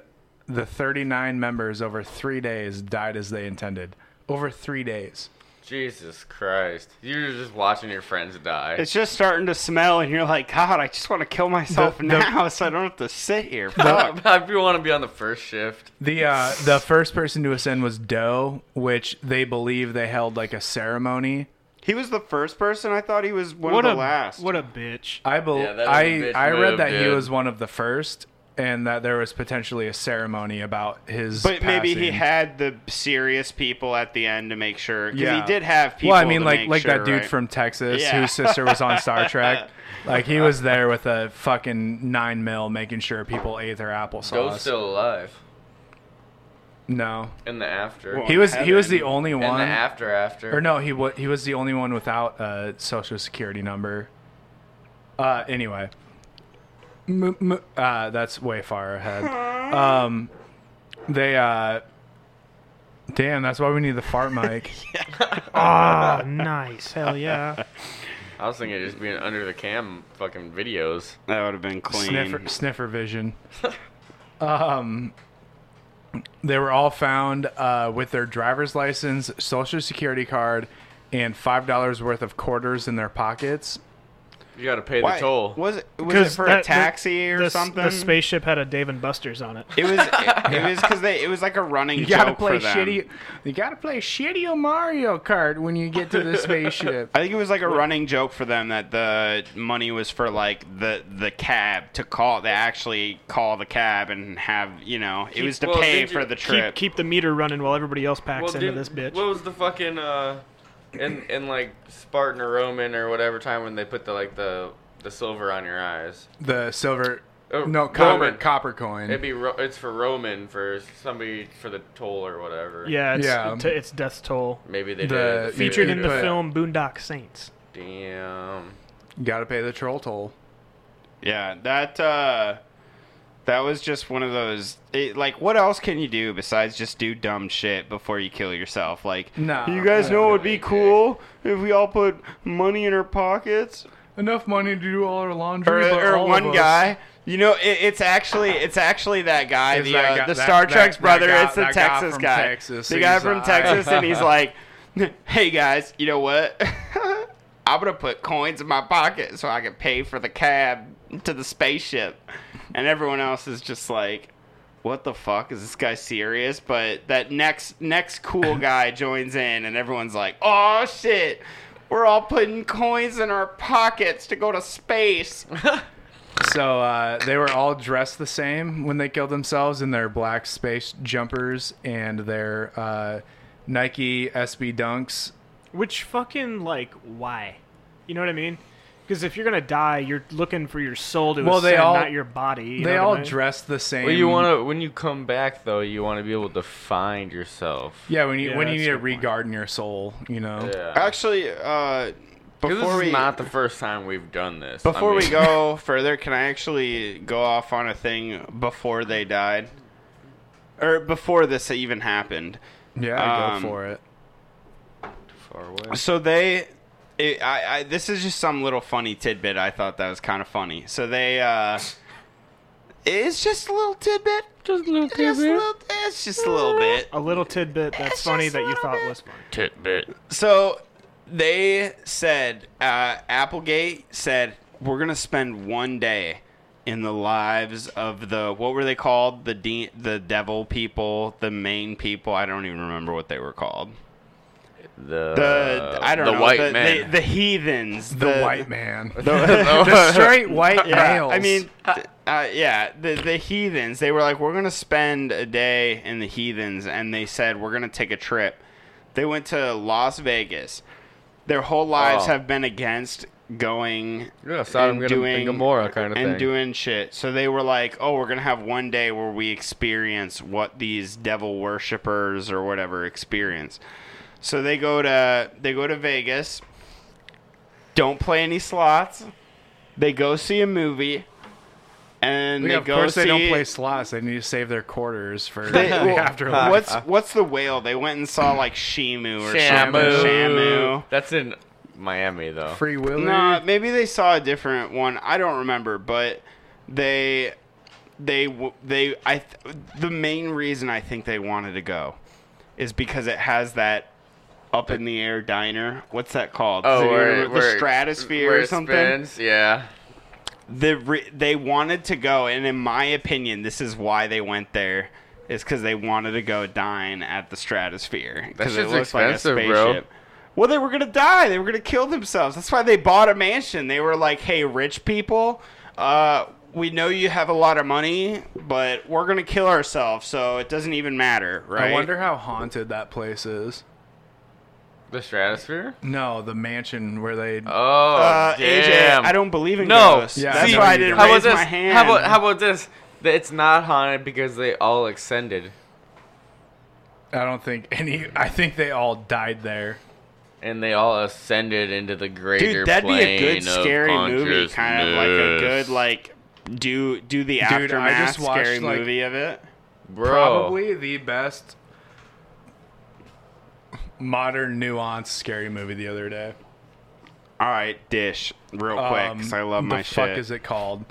the 39 members over three days died as they intended. Over three days.
Jesus Christ! You're just watching your friends die.
It's just starting to smell, and you're like, God, I just want to kill myself
The- the-
now, so I don't have to sit here. Fuck.
if you want to be on the first shift,
The uh, the first person to ascend was Doe, which they believe they held like a ceremony.
He was the first person. I thought he was one
What
of
a-
the last.
What a bitch.
I bel
Yeah, that is a
I
bitch
I read
move,
that he
dude.
was one of the first, and that there was potentially a ceremony about his.
But maybe he
passing.
had the serious people at the end to make sure. Because
Yeah.
he did have people.
Well, I mean,
to
like
make
like
sure,
that dude
right?
from Texas
Yeah.
whose sister was on Star Trek. Like he was there with a fucking nine mil, making sure people ate their
Doe's
applesauce.
still alive
no,
in the after.
he was he was the only
In
one.
the after after.
Or no, he wa he was the only one without a social security number. Uh, anyway, M- m- uh, that's way far ahead. Um, they uh, damn, that's why we need the fart mic.
Ah, nice. Hell yeah.
I was thinking of just being under the cam fucking videos.
That would have been clean.
Sniffer, sniffer vision. um, they were all found uh, with their driver's license, social security card, and five dollars worth of quarters in their pockets.
You got to pay
Why-
the toll.
Was it, was it
Because
for
that-
a
the-
taxi or
the,
something?
The spaceship had a Dave and Buster's on it.
It was it, it was because they it was like a running
You
joke
gotta play
for them.
shitty. You gotta play shitty Mario Kart when you get to the spaceship.
I think it was like a running joke for them that the money was for like the the cab to call. They actually call the cab and have you know it
Keep-
was to
well,
pay
did you-
for the
Keep-
trip.
Keep the meter running while everybody else packs into
didn't-
this bitch.
What was the fucking uh, in in like Spartan or Roman or whatever time when they put the like the the silver on your eyes?
The silver,
Oh,
no copper,
Roman.
copper coin.
It'd be Ro- it's for Roman for somebody for the toll or whatever.
Yeah, it's,
Yeah.
t- it's Death Toll.
Maybe they
The-
did. Maybe
featured
they
in
did.
the film Boondock Saints.
Damn.
gotta pay the troll toll.
Yeah, that uh that was just one of those it, like what else can you do besides just do dumb shit before you kill yourself? Like
No,
You guys
I
know it would be cool if we all put money in our pockets?
Enough money to do all our
Or,
laundry. but
or
all
er, one
of us-
guy. You know, it, it's actually it's actually that guy,
It's
the,
that
uh,
guy-
the
that-
Star
that-
Trek's
that
brother.
guy-
it's the
that guy
Texas
from
guy,
Texas,
the guy
he's,
from
uh,
Texas, and he's like, "Hey guys, you know what? I'm gonna put coins in my pocket so I can pay for the cab to the spaceship." And everyone else is just like, "What the fuck is this guy serious?" But that next next cool guy joins in, and everyone's like, "Oh shit." We're all putting coins in our pockets to go to space.
So uh, they were all dressed the same when they killed themselves in their black space jumpers and their uh, Nike SB Dunks.
Which fucking like why? You know what I mean? Because if you're gonna die, you're looking for your soul to
Well, they
ascend,
all-
not your body. you
they
know
all
what I mean?
dressed the same.
Well, you want to when you come back though, you want to be able to find yourself.
Yeah, when you when you need to
that's
regarden your soul, you know.
Actually, uh,
'Cause this
before
is
we
not the first time we've done this. I
before we
mean-
go further, can I actually go off on a thing before they died, or before this even happened?
Yeah,
Um,
go for it.
Far away.
So they, it, I, I, this is just some little funny tidbit. I thought that was kind of funny. So they, uh, it's just a little tidbit. Just a little tidbit. it's just a little bit.
A little tidbit that's funny that you thought was funny.
Tidbit.
So they said uh, Applegate said we're gonna spend one day in the lives of the what were they called the de- the devil people the main people I don't even remember what they were called
The,
the I don't
the
know
white
the,
men.
the, the heathens
The white man.
the,
The straight white males.
I mean, th- uh, yeah, the the heathens. They were like, we're gonna spend a day in the heathens, and they said we're gonna take a trip. They went to Las Vegas. Their whole lives
Oh.
have been against going
Yeah, Sodom
and
Gomorrah-
doing
Gomorrah kind of
and
thing.
doing shit. So they were like, "Oh, we're gonna have one day where we experience what these devil worshippers or whatever experience." So they go to they go to Vegas. Don't play any slots. They go see a movie, and
Yeah,
they
of
go
course
see.
they don't play slots. They need to save their quarters for
They-
the
well,
afterlife.
What's what's the whale? They went and saw like Shimu or
Shamu.
something. Shamu.
That's in Miami though.
Free Willy?
No, maybe they saw a different one. I don't remember, but they they w- they I th- the main reason I think they wanted to go is because it has that up in the air diner. What's that called?
Oh,
the,
where,
the
where-
stratosphere
where
or
it
something.
spins, Yeah.
The re- they wanted to go, and in my opinion, this is why they went there. Is because they wanted to go dine at the stratosphere
That
because it
shit's
looks like a
expensive,
spaceship.
bro.
Well, they were gonna die. They were gonna kill themselves. That's why they bought a mansion. They were like, "Hey, rich people, uh, we know you have a lot of money, but we're gonna kill ourselves, so it doesn't even matter, right?"
I wonder how haunted that place is.
The stratosphere.
No, the mansion where they.
Oh,
Uh, AJ,
damn.
I don't believe in
no.
ghosts.
Yeah,
That's
I know
why I
you
didn't
don't.
How
raise
about this?
my hand.
How about how about this? That it's not haunted because they all ascended
I don't think any. I think they all died there.
and they all ascended into the greater
Dude, that'd be a good
plane of
scary movie, kind of like a
consciousness.
good like do do
I
the
just
aftermath
watched,
scary
like-
movie of it.
bro.
Probably the best modern nuanced scary movie the other day.
All right, dish real quick
Um,
'cause I love my
the fuck
shit.
is it called?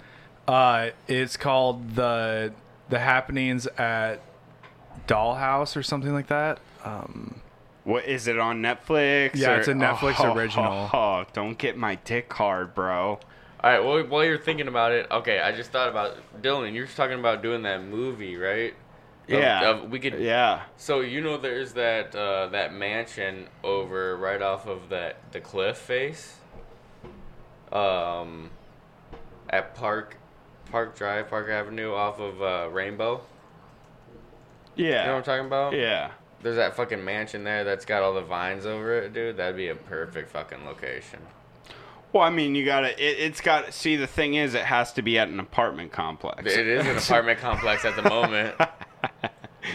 Uh, it's called the the happenings at Dollhouse or something like that. Um,
What is it on Netflix?
Yeah, it's a Netflix original.
Oh, don't get my dick hard, bro.
All right. Well, while you're thinking about it, okay, I just thought about Dylan. You're talking about doing that movie, right? Of-
Yeah.
of- we could.
Yeah.
So you know, there's that uh, that mansion over right off of that the cliff face. Um, at Park, Park Drive, Park Avenue, off of uh, Rainbow.
Yeah.
You know what I'm talking about?
Yeah.
There's that fucking mansion there that's got all the vines over it, dude. That'd be a perfect fucking location.
Well, I mean, you gotta. It, it's got. See, the thing is, it has to be at an apartment complex.
It is an apartment complex at the moment. But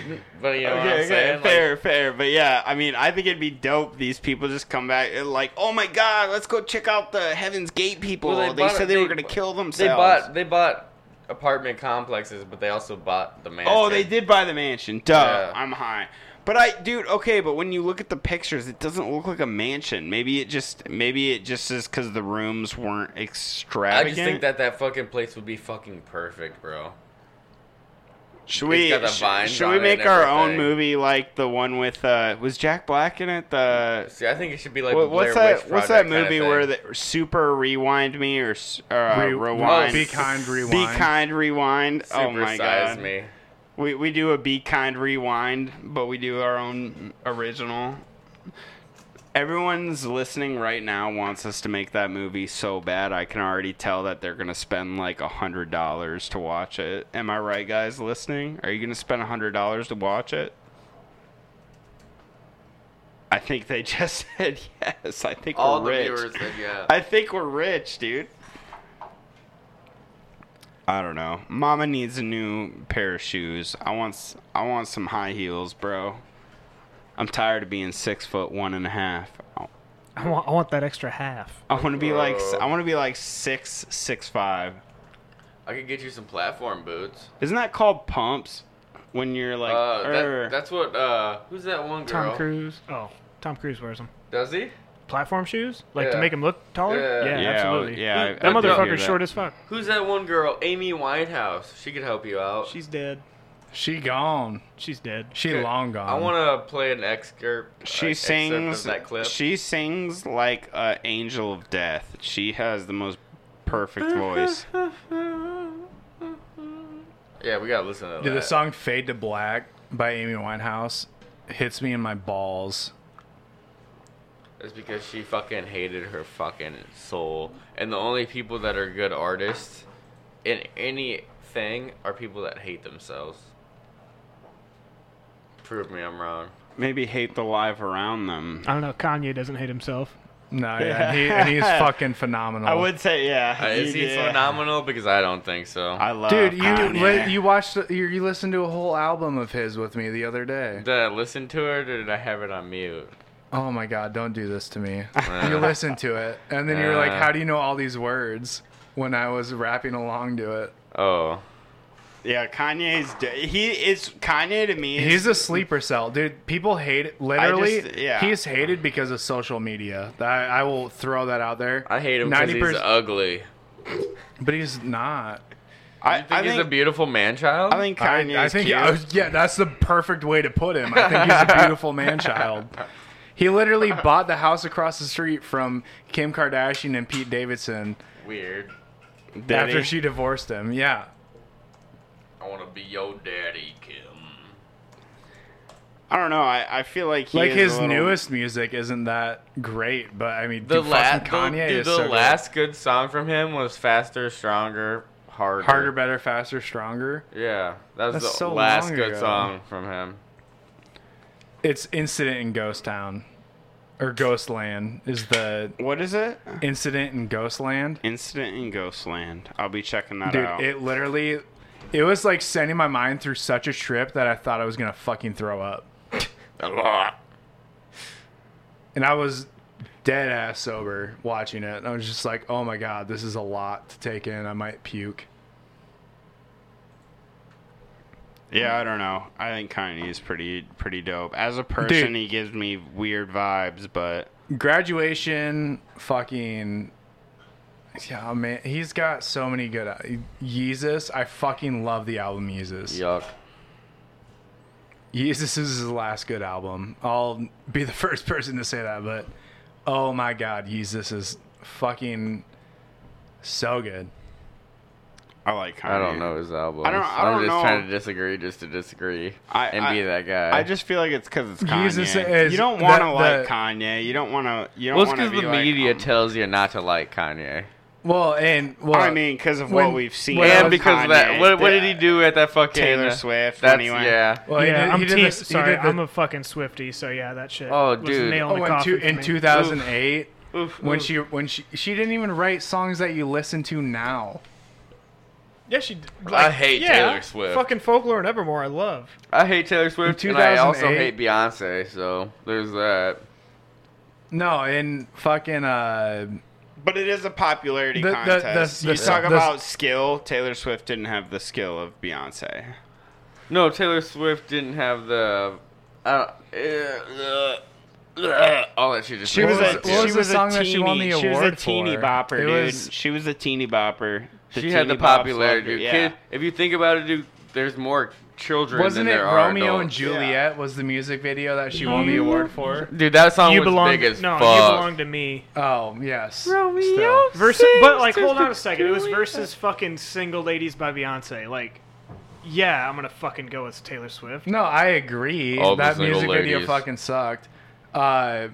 you know what I'm
okay, okay,
saying?
fair, fair. But yeah, I mean, I think it'd be dope. These people just come back and like, oh my god, let's go check out the Heaven's Gate people.
Well,
they,
bought-
said they, were gonna kill themselves.
They bought they bought apartment complexes, but they also bought the mansion.
Oh, they did buy the mansion. Duh,
Yeah.
I'm high. But I, dude, okay. But when you look at the pictures, it doesn't look like a mansion. Maybe it just, maybe it just is because the rooms weren't
I
extravagant.
just think that that fucking place would be fucking perfect, bro.
should
it's
we,
got the
sh-
vines
should
on
we
it
make
and
our own
everything.
movie like the one with uh, was Jack Black in it? The
See, I think it should be like
What-
the
what's
Blair
that?
Witch
What's that
Project kinda
movie
thing.
where the super rewind me or s- uh,
Re-
rewind?
Oh, Be Kind, Rewind.
Be kind rewind. oh my
Supersize
god.
me.
We we do a be kind rewind, but we do our own original. Everyone's listening right now wants us to make that movie so bad. I can already tell that they're gonna spend like a hundred dollars to watch it. Am I right, guys? Listening? Are you gonna spend a hundred dollars to watch it? I think they just said yes. I think
All
we're
the
rich.
viewers said yeah.
I think we're rich, dude. I don't know. Mama needs a new pair of shoes. I want s- I want some high heels, bro. I'm tired of being six foot one and a half. I-
I want, I want that extra half.
I want to be like s- I want to be like six six five.
I could get you some platform boots.
Isn't that called pumps? When you're like,
uh,
er,
that, that's what. Uh, who's that one girl?
Tom Cruise. Oh, Tom Cruise wears them.
Does he?
Platform shoes, like to
Yeah.
make him look taller.
Yeah.
Yeah,
Yeah,
absolutely.
yeah, I-
that
I did hear
motherfucker's
that.
short as fuck.
Who's that one girl? Amy Winehouse. She could help you out.
She's dead.
She gone.
She's dead.
She long gone.
I want to play an excerpt.
she
like, excerpt of
sings.
that clip.
She sings like a angel of death. She has the most perfect voice.
Yeah, we gotta listen to that.
Dude, the song "Fade to Black" by Amy Winehouse hits me in my balls.
It's because she fucking hated her fucking soul. And the only people that are good artists in anything are people that hate themselves. Prove me I'm wrong.
Maybe hate the life around them.
I don't know. Kanye doesn't hate himself.
No, yeah, and he- and he's fucking phenomenal.
I would say, yeah.
Uh, is he
Yeah.
phenomenal? Because I don't think so.
I love
Dude, you li- you watched the- you, you listened to a whole album of his with me the other day.
Did I listen to it or did I have it on mute? Uh,
Oh my god, don't do this to me.
Yeah.
you listened to it, and then you're like,
Yeah.
"How do you know all these words?" When I was rapping along to it,
Oh.
Yeah, Kanye's de- he is Kanye to me. is-
he's a sleeper cell, dude. People hate it. Literally,
just- yeah.
he's hated because of social media. I, I will throw that out there.
I hate him because
90%
he's ugly.
but he's not.
I,
You think he's a beautiful man child?
I I think I was- yeah, that's the perfect way to put him. I think he's a beautiful man child. He literally bought the house across the street from Kim Kardashian and Pete Davidson
Weird.
Did
after
he?
she divorced him. Yeah.
I want to be your daddy, Kim.
I don't know. I, I feel like he
like
is
his
a little-
newest music isn't that great, but I mean,
The
dude,
last
fucking Kanye
the,
is
the
so good.
last good song from him was faster, stronger, harder.
harder, better, faster, stronger.
Yeah, that was
That's
the
so
last
long
good
ago.
song from him.
It's Incident in Ghost Town or Ghostland is the
What is it?
Incident in Ghostland.
Incident in Ghostland. I'll be checking that
Dude,
out.
it literally, it was like sending my mind through such a trip that I thought I was gonna fucking throw up, and I was dead ass sober watching it. And I was just like, oh my god, this is a lot to take in. I might puke.
yeah, I don't know. I think Kanye is pretty pretty dope as a person.
Dude.
He gives me weird vibes, but
Graduation, fucking. Yeah, man, he's got so many good. Yeezus, I fucking love the album Yeezus.
Yuck.
Jesus is his last good album. I'll be the first person to say that, but oh my god, Jesus is fucking so good.
I like.
I don't know his album.
I don't- I don't
am just
know.
trying to disagree just to disagree and be that guy.
I just feel like it's because it's Kanye.
Jesus is-
you don't want to
that-
like
that-
Kanye. You don't want to. You don't
well, it's
want to be
because the
like. um,
media tells you not to like Kanye.
Well, and well,
I mean, because of what
when-
we've seen.
when I
And
was-
because of that, what, what did he do at that fucking
Taylor Swift,
That's,
anyway.
Yeah.
Well, Oh, he
yeah,
did-
I'm
he did
te-
this- he
sorry,
did the-
I'm a fucking Swifty, so yeah, that shit.
Oh,
was
dude.
nail in the
Oh, in,
coffin
two,
for
in
me.
2008,
Oof,
when
oof.
she when she she didn't even write songs that you listen to now.
Yeah, she. d-
I
Like,
hate
yeah,
Taylor Swift.
Fucking folklore and Evermore, I love.
I hate Taylor Swift,
In
and I also
2008
hate Beyonce. So there's that.
No, in fucking uh,
But it is a popularity
The- the-
contest.
the-
you
the-
talk
the-
about skill. Taylor Swift didn't have the skill of Beyonce.
No, Taylor Swift didn't have the. I don't, uh, uh, uh, all that shit. Just
She was
makes
a
me
she
feel
was,
like
a
shit.
teeny, she was a teeny bopper, dude. she was a teeny bopper. The
she had
teeny
the
bops
popularity.
loved her,
Dude.
Yeah.
Kid, if you think about it, dude, there's more children.
wasn't
than
it
there are
Romeo and
adults.
Juliet was the music video that she won the award for?
Dude, that song
you
was
belong,
big as
no,
fuck.
you belong to me.
Oh yes,
Romeo
Still.
versus, but like,
sings
hold
to
on a second. It was
Juliet.
versus fucking "Single Ladies" by Beyonce. Like, yeah, I'm gonna fucking go with Taylor Swift.
No, I agree.
All the
that
single
music video
ladies.
fucking sucked. Uh,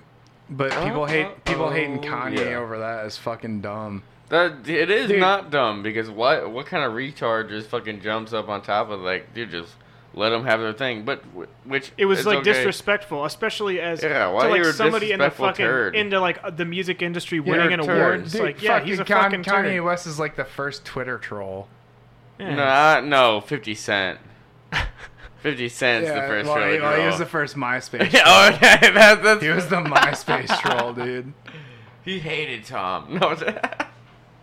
but people hate people hating Kanye
yeah.
over that is fucking dumb.
That it is not dumb because what what kind of retard just fucking jumps up on top of like dude just let them have their thing, but wh- which
It was
is
like
okay.
disrespectful, especially as
Yeah, why
to, like
you're a
somebody in the
disrespectful
fucking
turd?
into like uh, the music industry
Yeah,
winning an
turd.
award. It's
Dude,
like, yeah, he's a fucking
Kanye
turd.
West is like the first Twitter troll.
Nah, no, Fifty Cent. Fifty Cent's the first
well,
really
he, well, he
girl.
was the first MySpace.
Yeah,
troll.
okay, Oh, that's- that's-
he was the MySpace troll, dude.
He hated Tom. No,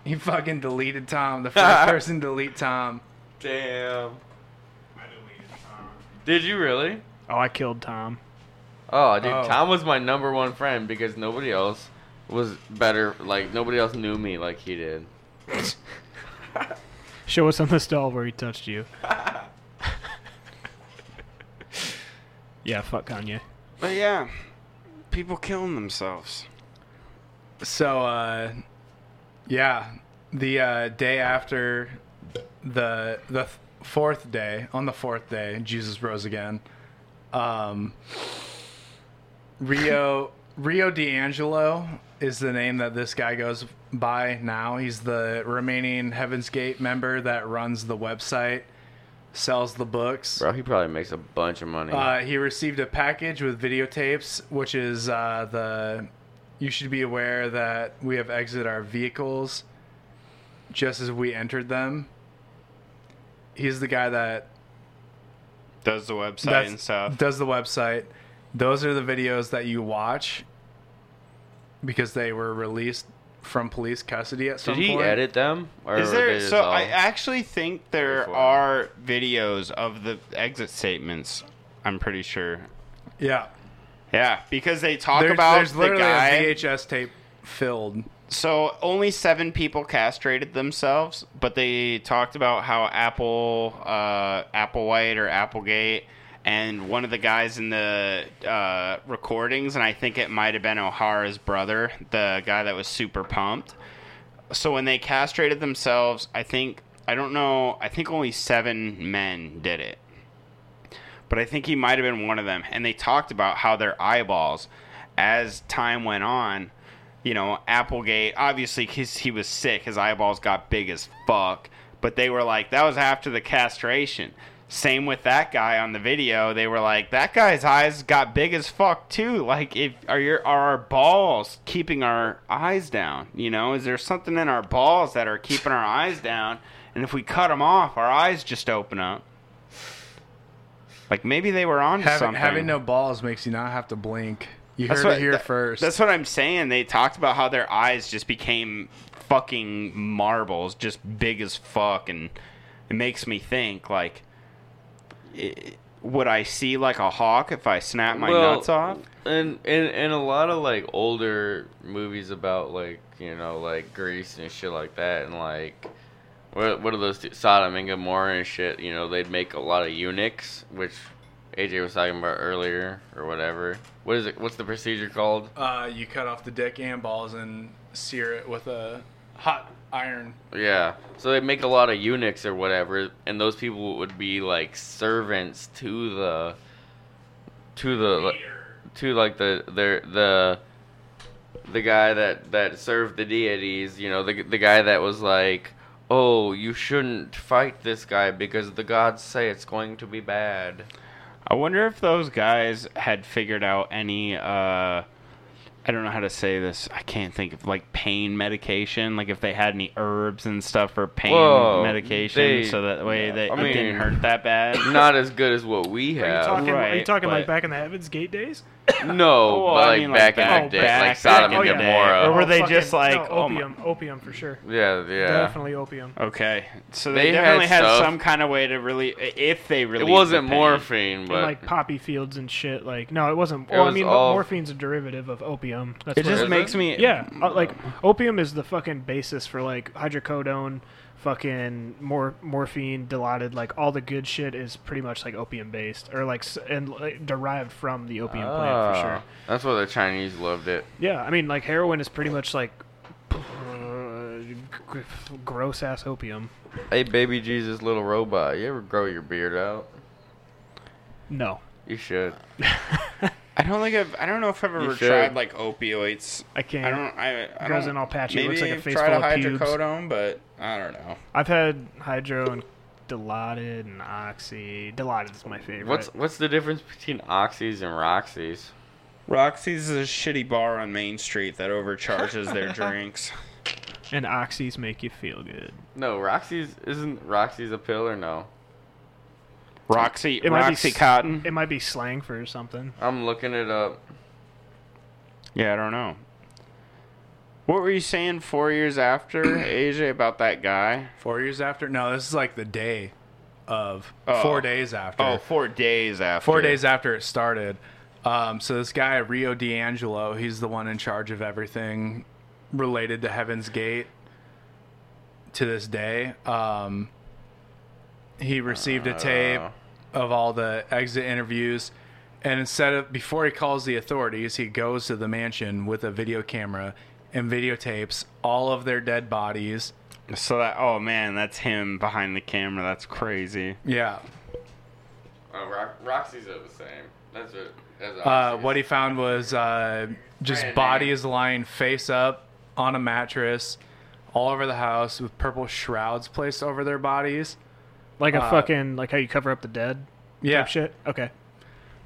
He fucking deleted Tom. The first person to delete Tom.
damn. Did you really?
Oh, I killed Tom.
Oh, dude,
Oh.
Tom was my number one friend because nobody else was better. Like nobody else knew me like he did.
Show us on the stall where he touched you. yeah, fuck Kanye.
But yeah, people killing themselves.
So, uh, yeah, the uh, day after the the th- fourth day, on the fourth day, Jesus rose again. Um, Rio Rio D'Angelo is the name that this guy goes by now. He's the remaining Heaven's Gate member that runs the website, sells the books.
Bro, he probably makes a bunch of money.
Uh, he received a package with videotapes, which is uh, the. You should be aware that we have exited our vehicles just as we entered them. He's the guy that
Does the website
that's-
and stuff.
does the website. Those are the videos that you watch because they were released from police custody at some
Did he
point.
edit them? Or
Is
were they
there?
just
So
all-
I actually think there are videos of the exit statements. I'm pretty sure.
Yeah.
Yeah, because they talk
There's-
about
there's
the
literally a
guy.
VHS tape filled.
So only seven people castrated themselves, but they talked about how Apple, uh, Applewhite or Applegate, and one of the guys in the uh, recordings, and I think it might have been O'Hara's brother, the guy that was super pumped. So when they castrated themselves, I think I don't know. I think only seven men did it but I think he might have been one of them. And they talked about how their eyeballs, as time went on, you know, Applegate, obviously, because he was sick, his eyeballs got big as fuck. But they were like, that was after the castration. Same with that guy on the video. They were like, that guy's eyes got big as fuck too. Like, if are your are our balls keeping our eyes down? You know, is there something in our balls that are keeping our eyes down? And if we cut them off, our eyes just open up. Like maybe they were on
Having,
something.
having no balls makes you not have to blink. You
That's
heard
what-
it here
that-
first.
That's what I'm saying. They talked about how their eyes just became fucking marbles, just big as fuck, and it makes me think like, i would I see like a hawk if I snap my
Well,
nuts off?
And, and and a lot of like older movies about like you know like Greece and shit like that and like what what are those two? Sodom and Gomorrah and shit. You know they'd make a lot of eunuchs, which AJ was talking about earlier or whatever. What is it? What's the procedure called?
Uh, you cut off the dick and balls and sear it with a hot iron.
Yeah. So they make a lot of eunuchs or whatever, and those people would be like servants to the to the like, to like the their the the guy that that served the deities, you know, the the guy that was like, "Oh, you shouldn't fight this guy because the gods say it's going to be bad."
I wonder if those guys had figured out any. Uh, I don't know how to say this. I can't think of like pain medication. Like if they had any herbs and stuff for pain
Whoa,
medication,
they-
so that way they
I
it
mean,
didn't hurt that bad.
Not as good as what we
Are you
have.
talking, are you talking like
but-
back in the Heaven's Gate days?
Well,
No, but
Oh, I
like,
mean,
back,
like,
in
back-
the day, like
back-
Sodom
back
and
in the day.
Gomorrah.
Or were they just like,
no,
oh my-
opium? opium for sure.
Yeah, yeah.
Definitely opium.
Okay, so they,
They had
definitely had,
stuff.
some kind of way to really, if they really,
wasn't morphine,
And like poppy fields and shit. Like no, it wasn't.
It
Well, I
was
mean,
all-
morphine's a derivative of opium. That's
It
what
just
is.
makes me-
Yeah, uh, like opium is the fucking basis for like hydrocodone, fucking mor- morphine, dilaudid. Like all the good shit is pretty much like opium based or like s- and like, derived from the opium plant for sure.
Ah, That's why the Chinese loved it.
Yeah, I mean, like heroin is pretty much like gross ass opium.
Hey, baby Jesus, little robot, you ever grow your beard out?
No.
You should.
I don't think I've. I don't know if I've
You
ever
should.
tried like opioids.
I can't.
I don't. I, I
Grows
don't,
in all patchy. It
Maybe
looks like a
I've
face
tried
full
a
of pubes.
hydrocodone, but I don't know.
I've had hydro and dilaudid and oxy. Dilaudid is my favorite.
What's what's the difference between oxys and roxys?
Roxy's is a shitty bar on Main Street that overcharges their drinks.
and oxys make you feel good?
No, roxys isn't roxys a pill or no?
Roxy,
be, s- It might be slang for something.
I'm looking it up.
Yeah, I don't know. What were you saying four years after AJ about that guy?
Four years after? No, this is like the day of.
Oh.
Four days after.
Oh, four days after.
Four days after it started. Um, so this guy Rio D'Angelo, he's the one in charge of everything related to Heaven's Gate. To this day, um, he received a tape of all the exit interviews, and instead of before he calls the authorities, he goes to the mansion with a video camera and videotapes all of their dead bodies.
So that oh man, that's him behind the camera. That's crazy.
Yeah,
Oh, Rox- roxys are the same. That's what. That's
Uh, what he found was uh, just
Brand
bodies lying face up on a mattress all over the house with purple shrouds placed over their bodies.
Like a
Uh,
fucking like how you cover up the dead.
Yeah.
Type shit. Okay.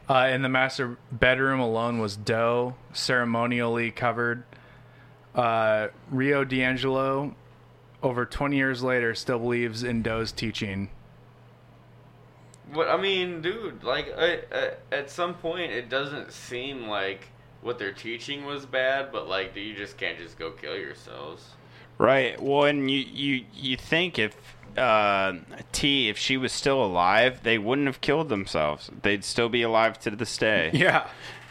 Uh, in the master bedroom alone was dough, ceremonially covered. Uh, Rio D'Angelo, over 20 years later, still believes in Doe's teaching.
But I mean, dude, like I, I, at some point, it doesn't seem like what they're teaching was bad, but like you just can't just go kill yourselves.
Right. Well, and you you you think if uh, T if she was still alive, they wouldn't have killed themselves. They'd still be alive to this day.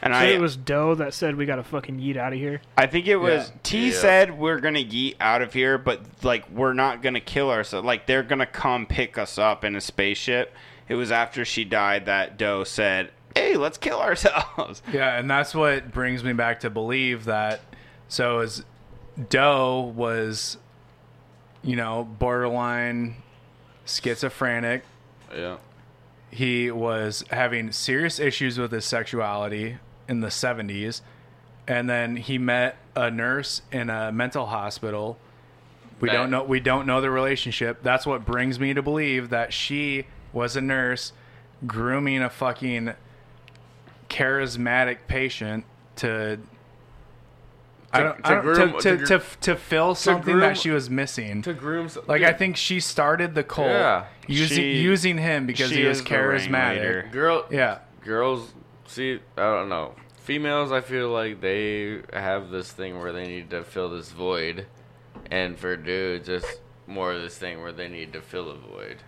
And
so
I
it was Doe that said we gotta fucking yeet out of here.
I think it was
Yeah.
T
Yeah.
said we're gonna yeet out of here, but like we're not gonna kill ourselves. Like they're gonna come pick us up in a spaceship. It was after she died that Doe said, "Hey, let's kill ourselves."
Yeah, and that's what brings me back to believe that so as Doe was, you know, borderline schizophrenic.
Yeah.
He was having serious issues with his sexuality in the 70s. And then he met a nurse in a mental hospital. We
That-
don't know we don't know the relationship. That's what brings me to believe that she was a nurse grooming a fucking charismatic patient to I
To-
don't,
to
I don't-
groom-
to, to,
to gr-
to, to fill
to
something
groom-
that she was missing.
To groom,
like I think she started the cult
Yeah.
using
She-
using him because
she
he was
is the ringleader.
charismatic.
Girl-
yeah,
girls see i don't know females i feel like they have this thing where they need to fill this void and for dudes it's more of this thing where they need to fill a void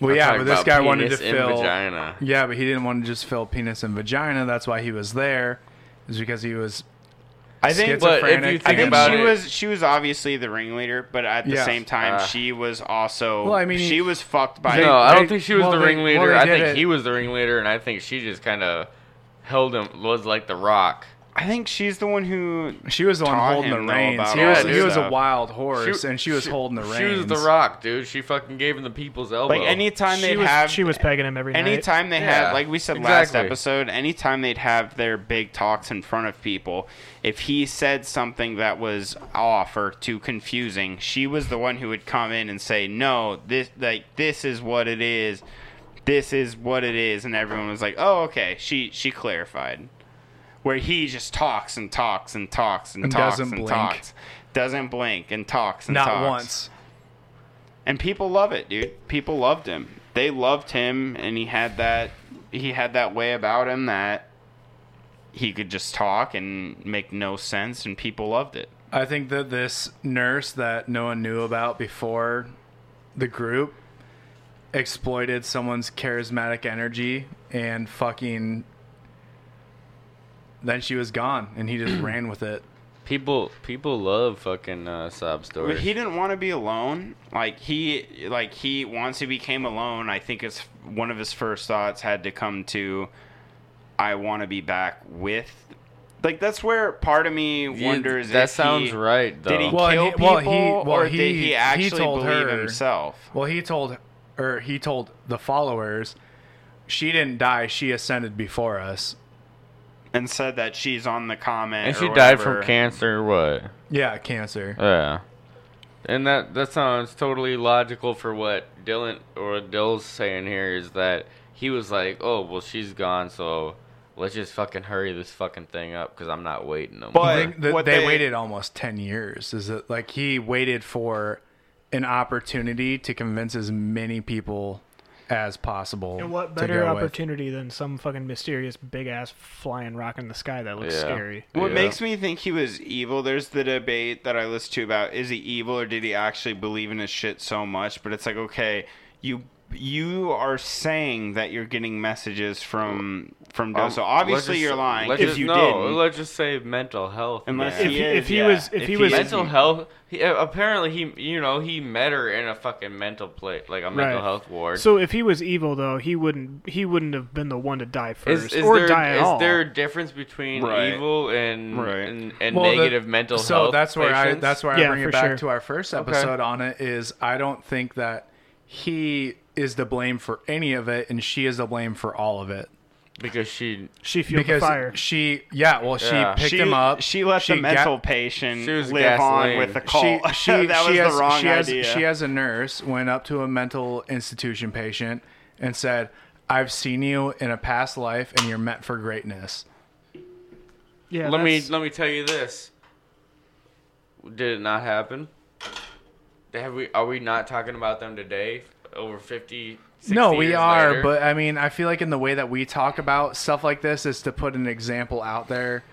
well,
I'm
yeah,
talking
but this
about
guy wanted to
penis and
fill
vagina
Yeah, but he didn't want to just fill penis and vagina. That's why he was there, is because he was
I think,
But if you think
I think
about
she
it-
was she was obviously the ringleader, but at the
Yeah.
same time,
Ah.
she was also.
Well, I mean,
she was fucked by.
no, I don't think she was the ringleader. I think
he.
he was the ringleader, and I think she just kind of held him. Was like the rock.
I think she's the one who.
She was the one
taught
holding the
him, though,
reins.
about
He
all
was-
this
he was a
stuff.
wild horse, and she was holding the
She was the
reins.
rock, dude. She fucking gave him the people's elbow.
Like anytime they
she was,
have
she was pegging him every night.
anytime they
Yeah,
had like we said last
exactly.
episode anytime they'd have their big talks in front of people if he said something that was off or too confusing she was the one who would come in and say no this like this is what it is this is what it is and everyone was like oh okay she she clarified where he just talks and talks and talks and,
And
talks
doesn't
and
blink.
talks doesn't blink and talks and
Not
talks.
once.
And people love it, dude. People loved him. They loved him and he had that he had that way about him that he could just talk and make no sense and people loved it.
I think that this nurse that no one knew about before the group exploited someone's charismatic energy and fucking then she was gone and he just ran with it.
People people love fucking uh, sob
But
stories.
he didn't want to be alone. Like he like he once he became alone, I think it's one of his first thoughts had to come to I want to be back with like that's where part of me
Yeah,
wonders.
that
if he-
sounds right,
Did he
though. Well,
kill
he-
people,
well, he- well,
or did
he-
he
he
actually
told
believe
her-
himself?
Well, he told or he told the followers she didn't die, she ascended before us.
and said that she's on the comment.
and
or
she died from
whatever.
cancer. or What?
Yeah, cancer.
Yeah. And that that sounds totally logical for what Dylan or Dill's saying here is that he was like, "Oh, well she's gone, so let's just fucking hurry this fucking thing up cuz I'm not waiting no
I
more."
think that
what
they,
they-
waited almost 10 years is that like he waited for an opportunity to convince as many people as possible
And what
to
better
go with.
opportunity than some fucking mysterious big ass flying rock in the sky that looks
Yeah.
scary?
What makes me think he was evil? There's the debate that I listened to about is he evil or did he actually believe in his shit so much? But it's like, okay, you you are saying that you're getting messages from from Doe,
Um,
so obviously
let's
you're
just-
lying
let's
if
just-
you
no,
didn't.
let's just say mental health.
Unless
man.
he
If-
is,
if he
yeah.
was- if he was-
is
mental health. He, uh, apparently, he you know he met her in a fucking mental place, like a mental health ward.
So if he was evil though, he wouldn't he wouldn't have been the one to die
is,
first
is
or
there,
die at
is
all.
there a difference between
Right.
evil and
Right.
and, and
Well, the-
negative mental
so
health?
that's where I
patients?
that's where
Yeah,
I bring
for
it back
sure.
to our first
Okay.
episode on it is I don't think that he is to blame for any of it and she is to blame for all of it
because she
she fueled
because
the fire.
she yeah well she
Yeah.
picked
She,
him up
she let the
ga-
mental patient
She was
live
gasoline.
on with the
she,
cult.
she,
that
she
was
has,
the wrong
she has,
idea.
She has a nurse went up to a mental institution patient and said, "I've seen you in a past life, and you're meant for greatness."
yeah,
let me
that's-
let me tell you this. Did it not happen? Have we? Are we not talking about them today? Over 50, 60
no, we
years
are,
later?
but I mean, I feel like in the way that we talk about stuff like this is to put an example out there.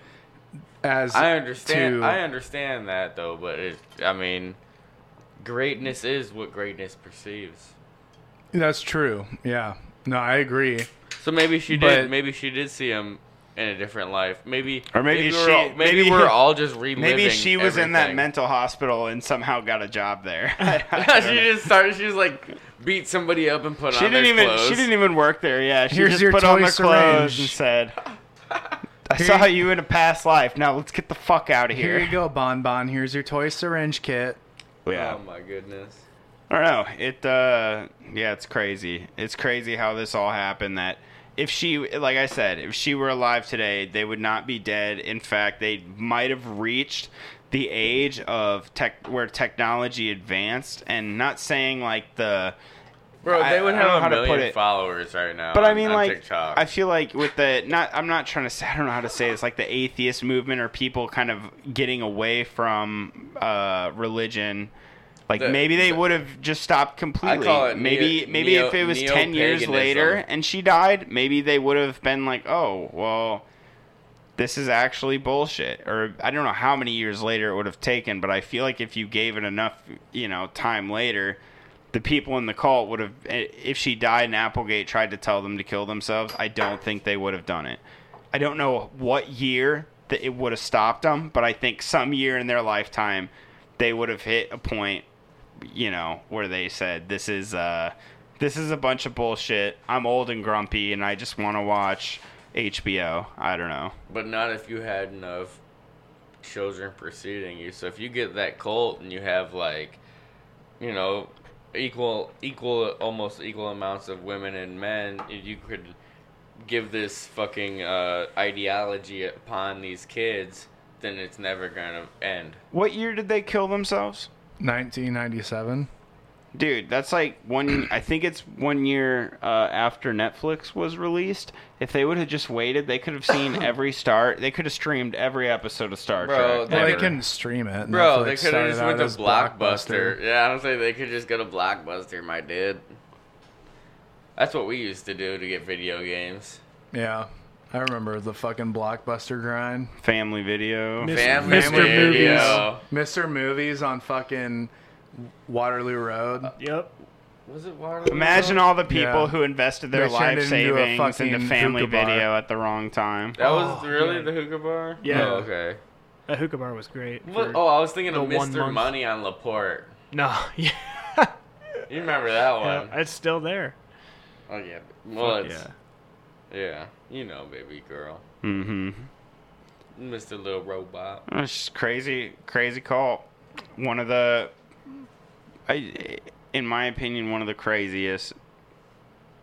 As
I understand.
to-
I understand that though, but it, I mean, greatness is what greatness perceives.
that's true. Yeah. No, I agree.
So maybe she
But-
did. Maybe she did see him in a different life. Maybe
Or maybe
we're all,
she-
maybe,
maybe-
we're all just reliving.
Maybe she was in that
everything.
mental hospital and somehow got a job there. I don't know.
she just started. She was like beat somebody up and put
She
on
didn't
their
even.
clothes.
She didn't even work there. Yeah, she
Here's
just
your
put on
toy
her clothes
syringe.
and said, "I saw you in a past life. Now let's get the fuck out of
Here
here."
you go, Bon Bon. Here's your toy syringe kit.
Yeah,
Oh my goodness.
I don't know. It. Uh, yeah, it's crazy. It's crazy how this all happened. That if she, like I said, if she were alive today, they would not be dead. In fact, they might have reached the age of tech where technology advanced, and not saying like the
Bro,
I-
they would
I
have
don't know
a
how to put
million
it.
followers right now.
But I
on-
mean,
on
like,
TikTok.
I feel like with the not, I'm not trying to. say I don't know how to say this. Like the atheist movement or people kind of getting away from uh, religion. Like
The-
maybe they
the-
would have just stopped completely.
call it
maybe
neo-
maybe if it was
neo-
ten years
neo-paganism.
later and she died, maybe they would have been like, oh well, this is actually bullshit. Or I don't know how many years later it would have taken, but I feel like if you gave it enough, you know, time later, the people in the cult would have. eh, If she died and Applegate tried to tell them to kill themselves, I don't think they would have done it. I don't know what year that it would have stopped them. But I think some year in their lifetime, they would have hit a point, you know, where they said, "This is uh, this is a bunch of bullshit. I'm old and grumpy, and I just want to watch HBO." I don't know.
But not if you had enough children preceding you. So if you get that cult and you have like, you know, equal, equal, almost equal amounts of women and men, you could give this fucking uh, ideology upon these kids, then it's never gonna end.
What year did they kill themselves?
1997.
Dude, that's like one. I think it's one year uh, after Netflix was released. If they would have just waited, they could have seen every Star. They could have streamed every episode of Star
Bro,
Trek.
they
Well, they
could-
couldn't stream it.
Bro,
Netflix
they could
started
have just
out
went to
as
Blockbuster. Yeah, I don't think they could just go to Blockbuster, my dude. That's what we used to do to get video games.
Yeah. I remember the fucking blockbuster grind.
Family Video.
Mis- Family Mr. Video.
Mr. Movies on fucking Waterloo Road.
Yep.
Was it Oh. Waterloo?
Imagine all the people
Yeah.
who invested their
They turned
life
it into a
savings into,
fucking
Family
hookah bar.
Video at the wrong time.
That was really the hookah bar.
Yeah.
Oh, okay.
That hookah bar was great.
What?
for
Oh, I was thinking of
the one
Mr.
month.
Money on Laporte.
No, yeah,
You remember that
Oh,
one?
it's still there.
Oh yeah. Well,
Fuck
it's, yeah. Yeah. You know, baby girl,
Mm-hmm.
Mr. Little Robot.
It's just crazy, crazy call. One of the, I, in my opinion, one of the craziest.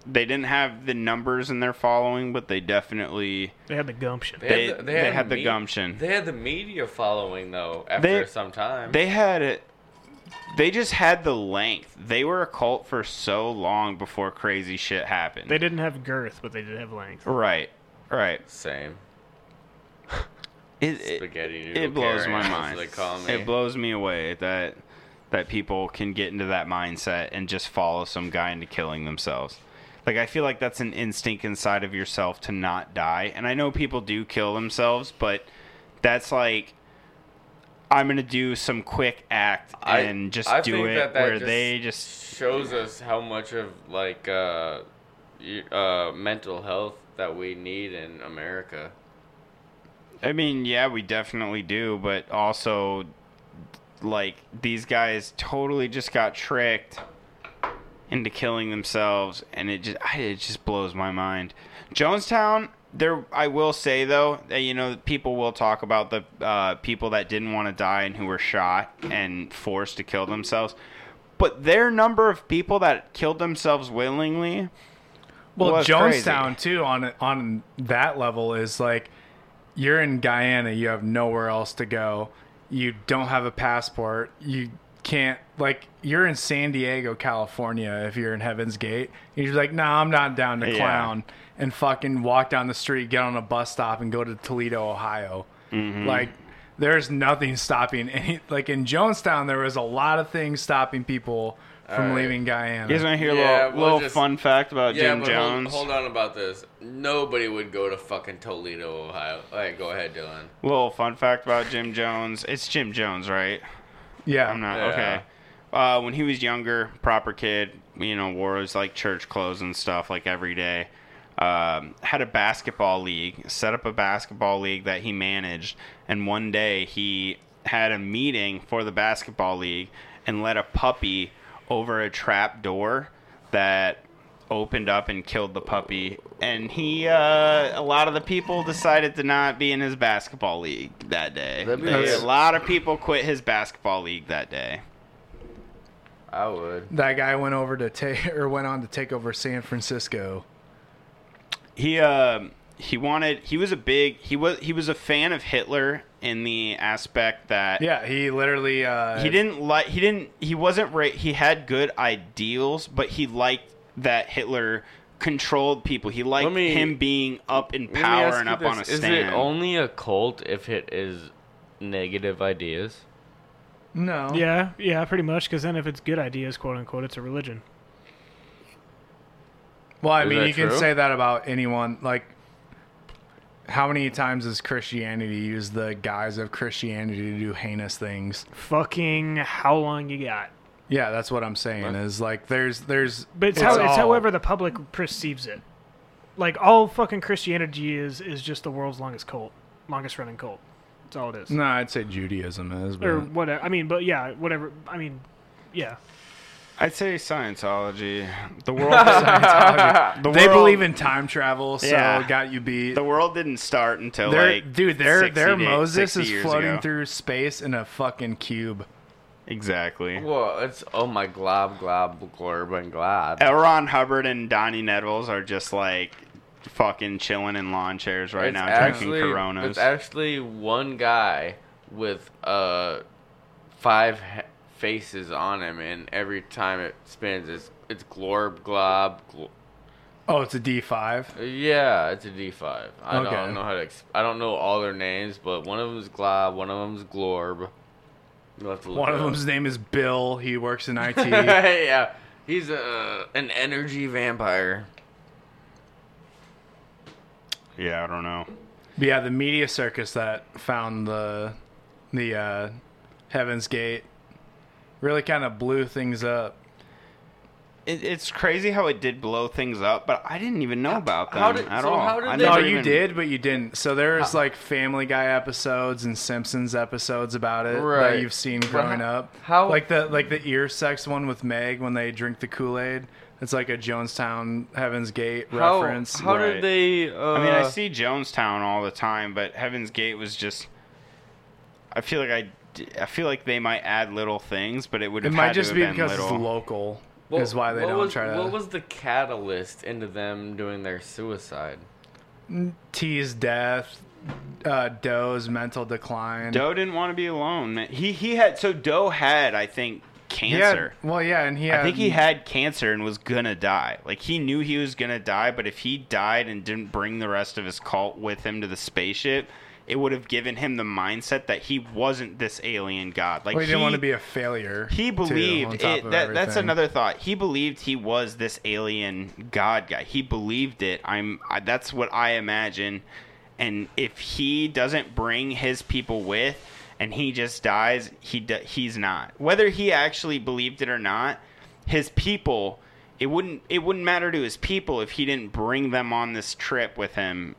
They didn't have the numbers in their following, but they definitely
They had the gumption.
They- they had the gumption.
They had the media following though. After
They-
some time,
they had it. They just had the length. They were a cult for so long before crazy shit happened.
They didn't have girth, but they did have length.
Right, right.
Same.
It, it-
spaghetti noodle.
it blows
Karen,
my
as
mind.
They call me.
It blows me away that that people can get into that mindset and just follow some guy into killing themselves. Like I feel like that's an instinct inside of yourself to not die. And I know people do kill themselves, but that's like I'm gonna do some quick act
I-
and just
I
do
think
it
that that
where
just
they just
shows us how much of like uh, y- uh, mental health that we need in America.
I mean, yeah, we definitely do, but also, like, these guys totally just got tricked into killing themselves, and it just I- it just blows my mind. Jonestown, there, I will say though, that, you know, people will talk about the uh, people that didn't want to die and who were shot and forced to kill themselves, but their number of people that killed themselves willingly.
Well,
was crazy.
Jonestown too on on that level is like you're in Guyana, you have nowhere else to go. You don't have a passport. You can't like you're in San Diego, California if you're in Heaven's Gate. You're just like, "No, I'm not down to
Yeah.
clown." And fucking walk down the street, get on a bus stop and go to Toledo, Ohio.
Mhm.
Like there's nothing stopping any like in Jonestown there was a lot of things stopping people from
Alright.
leaving Guyana.
You guys want to hear
Yeah,
a little,
we'll
little
just-
fun fact about
yeah,
Uh, Jim
but
Jones?
Hold, hold on about this. Nobody would go to fucking Toledo, Ohio. All right, go ahead, Dylan.
Little fun fact about Jim Jones. It's Jim Jones, right?
Yeah.
I'm not
Yeah.
okay. Uh, when he was younger, proper kid, you know, wore his like church clothes and stuff like every day. Um, had a basketball league, set up a basketball league that he managed, and one day he had a meeting for the basketball league and let a puppy over a trap door that opened up and killed the puppy. And he, uh, a lot of the people decided to not be in his basketball league that day.
That'd
They-
be nice.
a lot of people quit his basketball league that day.
I would.
That guy went over to take or went on to take over San Francisco.
He, um he wanted. He was a big. He was. He was a fan of Hitler in the aspect that
Yeah, he literally uh,
he didn't like he didn't he wasn't ra- he had good ideals but he liked that hitler controlled people he liked
me-
him being up in
Let me ask
power and
you
up on a
this.
stand
Is it only a cult if it is negative ideas?
No.
Yeah, yeah, pretty much. Because then, if it's good ideas, quote unquote, it's a religion.
Well, I
Is
mean,
that
you
true?
can say that about anyone. Like, how many times has Christianity used the guise of Christianity to do heinous things?
Fucking, how long you got?
Yeah, that's what I'm saying. Is like, there's, there's,
But it's, how, it's
all-
however the public perceives it. Like all fucking Christianity is is just the world's longest cult. longest running cult. That's all it is.
No, I'd say Judaism is, but
Or whatever. I mean, but yeah, whatever. I mean, yeah.
I'd say Scientology. The world. Scientology. The
they
world-
believe in time travel, so
Yeah.
got you beat.
The world didn't start until
Their-
like
dude, their
60
their
day-
Moses
60
is
years
floating
ago.
through space in a fucking cube.
Exactly.
Well, it's oh my glob glob glorb and glob.
L. Ron Hubbard and Donnie Nettles are just like fucking chilling in lawn chairs right now, drinking Coronas.
It's actually one guy with uh five he- faces on him, and every time it spins, it's it's glorb glob. Glo-
Oh, it's a D five.
yeah, it's a D five. I
Okay.
don't know how to. Exp- I don't know all their names, but one of them's glob, one of them's glorb. You'll have to look
One
it
of
up.
them's name is Bill. He works in IT.
yeah, he's uh, an energy vampire.
yeah, I don't know.
But yeah, the media circus that found the the uh, Heaven's Gate really kind of blew things up.
It, it's crazy how it did blow things up, but I didn't even know about them
How
did-
at
so
all.
how did
I
they-
No,
never
Oh, you
even-
did, but you didn't. So there's
How-
like Family Guy episodes and Simpsons episodes about it
Right.
that you've seen
But
growing
how-
up. How like the like the ear sex one with Meg when they drink the Kool Aid. It's like a Jonestown Heaven's Gate
How-
reference.
how did they,
I mean, I
uh,
see Jonestown all the time, but Heaven's Gate was just. I feel like I. d- I feel like they might add little things, but it would.
It
have
might
had to
just
have
be
been
because
little.
it's local. is why they
what
don't
was,
try to.
What was the catalyst into them doing their suicide?
T's death, uh, Doe's mental decline.
Doe didn't want to be alone. man. He he had so Doe had I think
He
cancer.
Had, well, yeah, and he um, had,
I think he had cancer and was gonna die. Like he knew he was gonna die, but if he died and didn't bring the rest of his cult with him to the spaceship, it would have given him the mindset that he wasn't this alien god. Like
well, he didn't want to be a failure.
He
too, on
believed
top
it,
of
that, that's
everything.
another thought. He believed he was this alien god guy. He believed it. I'm. I, that's what I imagine. And if he doesn't bring his people with, and he just dies, he d- he's not. Whether he actually believed it or not, his people. It wouldn't. It wouldn't matter to his people if he didn't bring them on this trip with him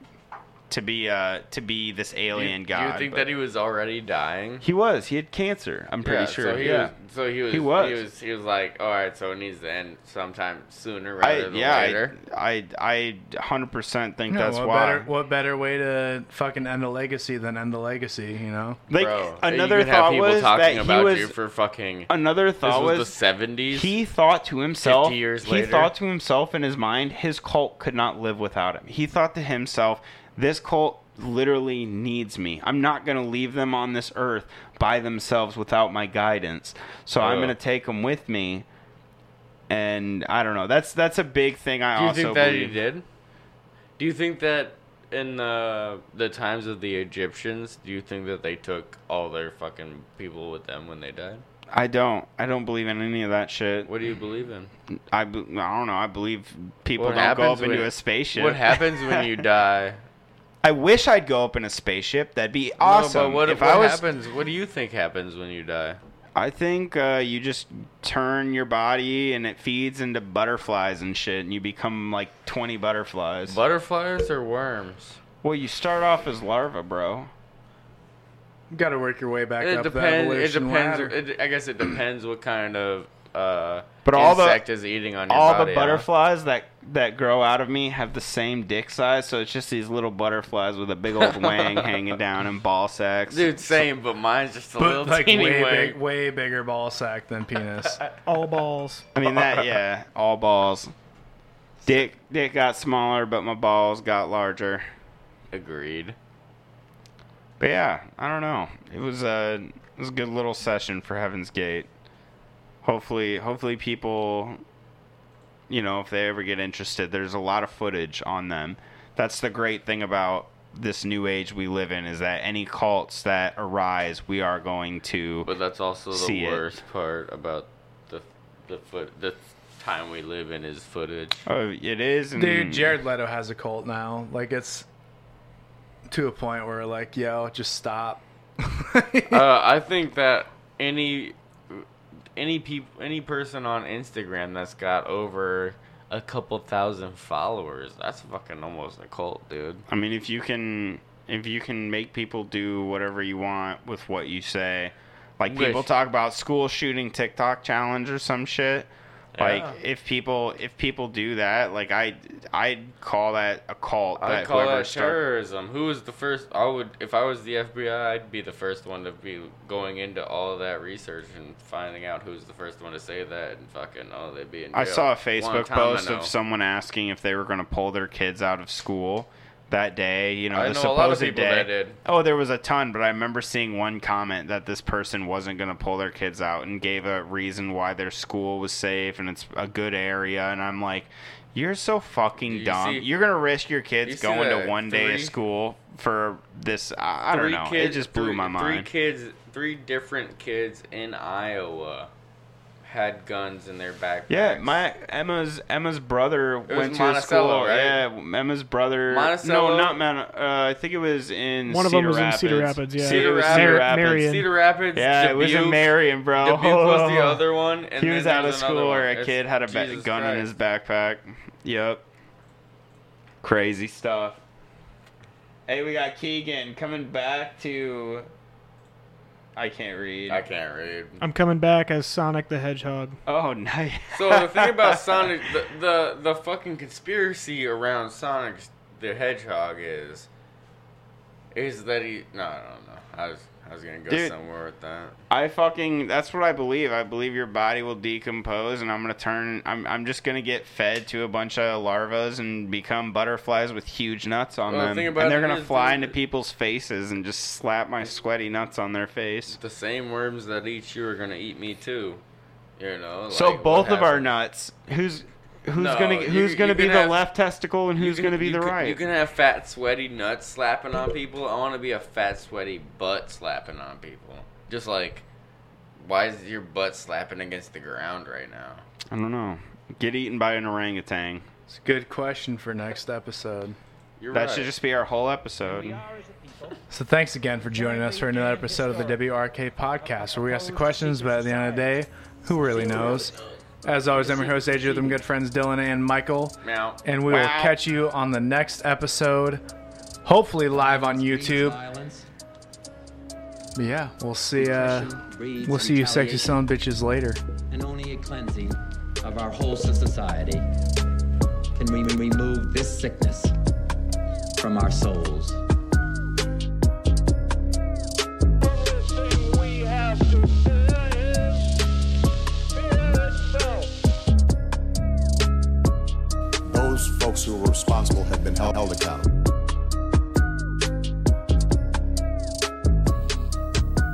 to be uh to be this alien
you,
god.
You think
but-
that he was already dying?
he was. He had cancer. I'm pretty
Yeah,
sure.
So he
yeah.
was, so he was,
He
he
was.
was. He was. like, all right. So it needs to end sometime sooner rather than later.
I, I, I 100% think
No,
that's
what
why.
Better, what better way to fucking end a legacy than end the legacy? You know,
Like,
Bro,
another
you could have
thought
people
was
talking
that he
about
was-
you for fucking.
Another
this
thought
was,
was
the seventies.
He thought to himself,
50 years
he
later.
thought to himself in his mind, his cult could not live without him. He thought to himself, this cult literally needs me. I'm not going to leave them on this earth by themselves without my guidance. So I'm
Ugh.
going to take them with me. And I don't know. That's that's a big thing. I
Do you
also
think that
believe.
he did? Do you think that in the the times of the Egyptians, do you think that they took all their fucking people with them when they died?
I don't. I don't believe in any of that shit.
What do you believe in?
I, be- I don't know. I believe people
What
don't go
happens
up into
when-
a spaceship.
What happens when you die?
I wish I'd go up in a spaceship. That'd be
No,
awesome.
but what,
if
what
I was,
happens? What do you think happens when you die?
I think uh, you just turn your body and it feeds into butterflies and shit, and you become like twenty butterflies.
Butterflies or worms?
Well, you start off as larva, bro.
you got to work your way back
it
up
depends.
the
It
evolution
depends.
ladder.
It, I guess it depends what kind of uh,
But all the-
insect is eating on your
All
body.
the
huh?
butterflies that that grow out of me have the same dick size, so it's just these little butterflies with a big old wang hanging down and ball sacks.
Dude, same, but mine's just a little
But like
teeny
way,
wing.
big, way bigger ball sack than penis.
Hmm.
All balls.
I mean that yeah, all balls. Dick dick got smaller, but my balls got larger.
Agreed.
But yeah, I don't know. It was a it was a good little session for Heaven's Gate. Hopefully, hopefully people, you know, if they ever get interested, there's a lot of footage on them. That's the great thing about this new age we live in is that any cults that arise, we are going to.
But that's also the
See it.
worst part about the the foot the time we live in is footage.
Oh, it is, and
Dude, Jared Leto has a cult now. Like it's to a point where like, yo, just stop.
uh, I think that any any peop, any person on Instagram that's got over a couple thousand followers, that's fucking almost a cult, dude.
I mean, if you can if you can make people do whatever you want with what you say, like
Wish.
people talk about school shooting TikTok challenge or some shit. Like
Yeah.
if people if people do that, like I I call that a cult.
I
that
call
whoever
that
start-
terrorism. Who was the first? I would, if I was the FBI, I'd be the first one to be going into all of that research and finding out who's the first one to say that and fucking oh they'd be in. Jail.
I saw a Facebook
Guantanamo.
post of someone asking if they were going to pull their kids out of school that day. You know,
I
the
know a
supposed
lot of people
day.
that did.
Oh, there was a ton, but I remember seeing one comment that this person wasn't going to pull their kids out and gave a reason why their school was safe and it's a good area. And I'm like, you're so fucking
You
dumb.
see-
You're going to risk your
you
kids
see
going to
that
one day of
three-
school for this. I, I don't
Three
know.
kids-
it just blew
three-
my
Three
mind.
kids, three different kids in Iowa had guns in their backpack.
Yeah, my Emma's Emma's brother
was
went to a
Monticello,
school.
right?
Yeah, Emma's brother.
Monticello?
No, not Man. Uh, I think it was in
One of
Cedar
them was in
Rapids.
Cedar Rapids, yeah.
It
Cedar
was
Rapids.
Cedar
Mar-
Rapids.
Marion.
Cedar Rapids.
Yeah, it was in
Dubuque.
Marion, bro.
Dubuque was the other one. And
he was
then
out of
there's another
school,
one.
where a
It's-
kid had a ba-
Jesus
gun in
Christ.
his backpack. Yep. Crazy stuff. Hey, we got Keegan coming back to. I can't read. I
can't read.
I'm coming back as Sonic the Hedgehog.
Oh, nice.
So the thing about Sonic, the, the the fucking conspiracy around Sonic the Hedgehog is, is that he? No, I don't know. I was I was gonna go
Dude.
somewhere with that.
I fucking that's what I believe. I believe your body will decompose and I'm gonna turn I'm I'm just gonna get fed to a bunch of larvas and become butterflies with huge nuts on
Well, the
them.
thing about
and they're
it
gonna
is,
fly
dude-
into people's faces and just slap my sweaty nuts on their face.
The same worms that eat you are gonna eat me too. You know. Like,
so
what
both of our
happened?
nuts who's who's
No,
gonna
you-
who's gonna
you
be
can
the
have-
left testicle and
you
who's
can-
gonna be
you
the
can-
right?
You can have fat, sweaty nuts slapping on people. I want to be a fat, sweaty butt slapping on people. Just like, why is your butt slapping against the ground right now?
I don't know. Get eaten by an orangutan.
It's a good question for next episode.
You're
that should just be our whole episode.
So thanks again for joining us for another episode of the WRK podcast, where we ask the questions, but at the end of the day, who really knows? As always, I'm your host, AJ, with my good friends Dylan and Michael.
Meow.
And we will
Wow.
catch you on the next episode, hopefully live on YouTube. But yeah, we'll see. Uh, we'll see you, sexy son bitches, later.
and only a cleansing of our wholesome society can we remove this sickness from our souls.
Those folks who were responsible have been held, held accountable.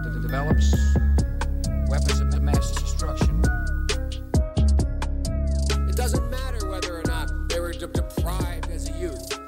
that develops weapons of mass destruction.
It doesn't matter whether or not they were de- deprived as a youth.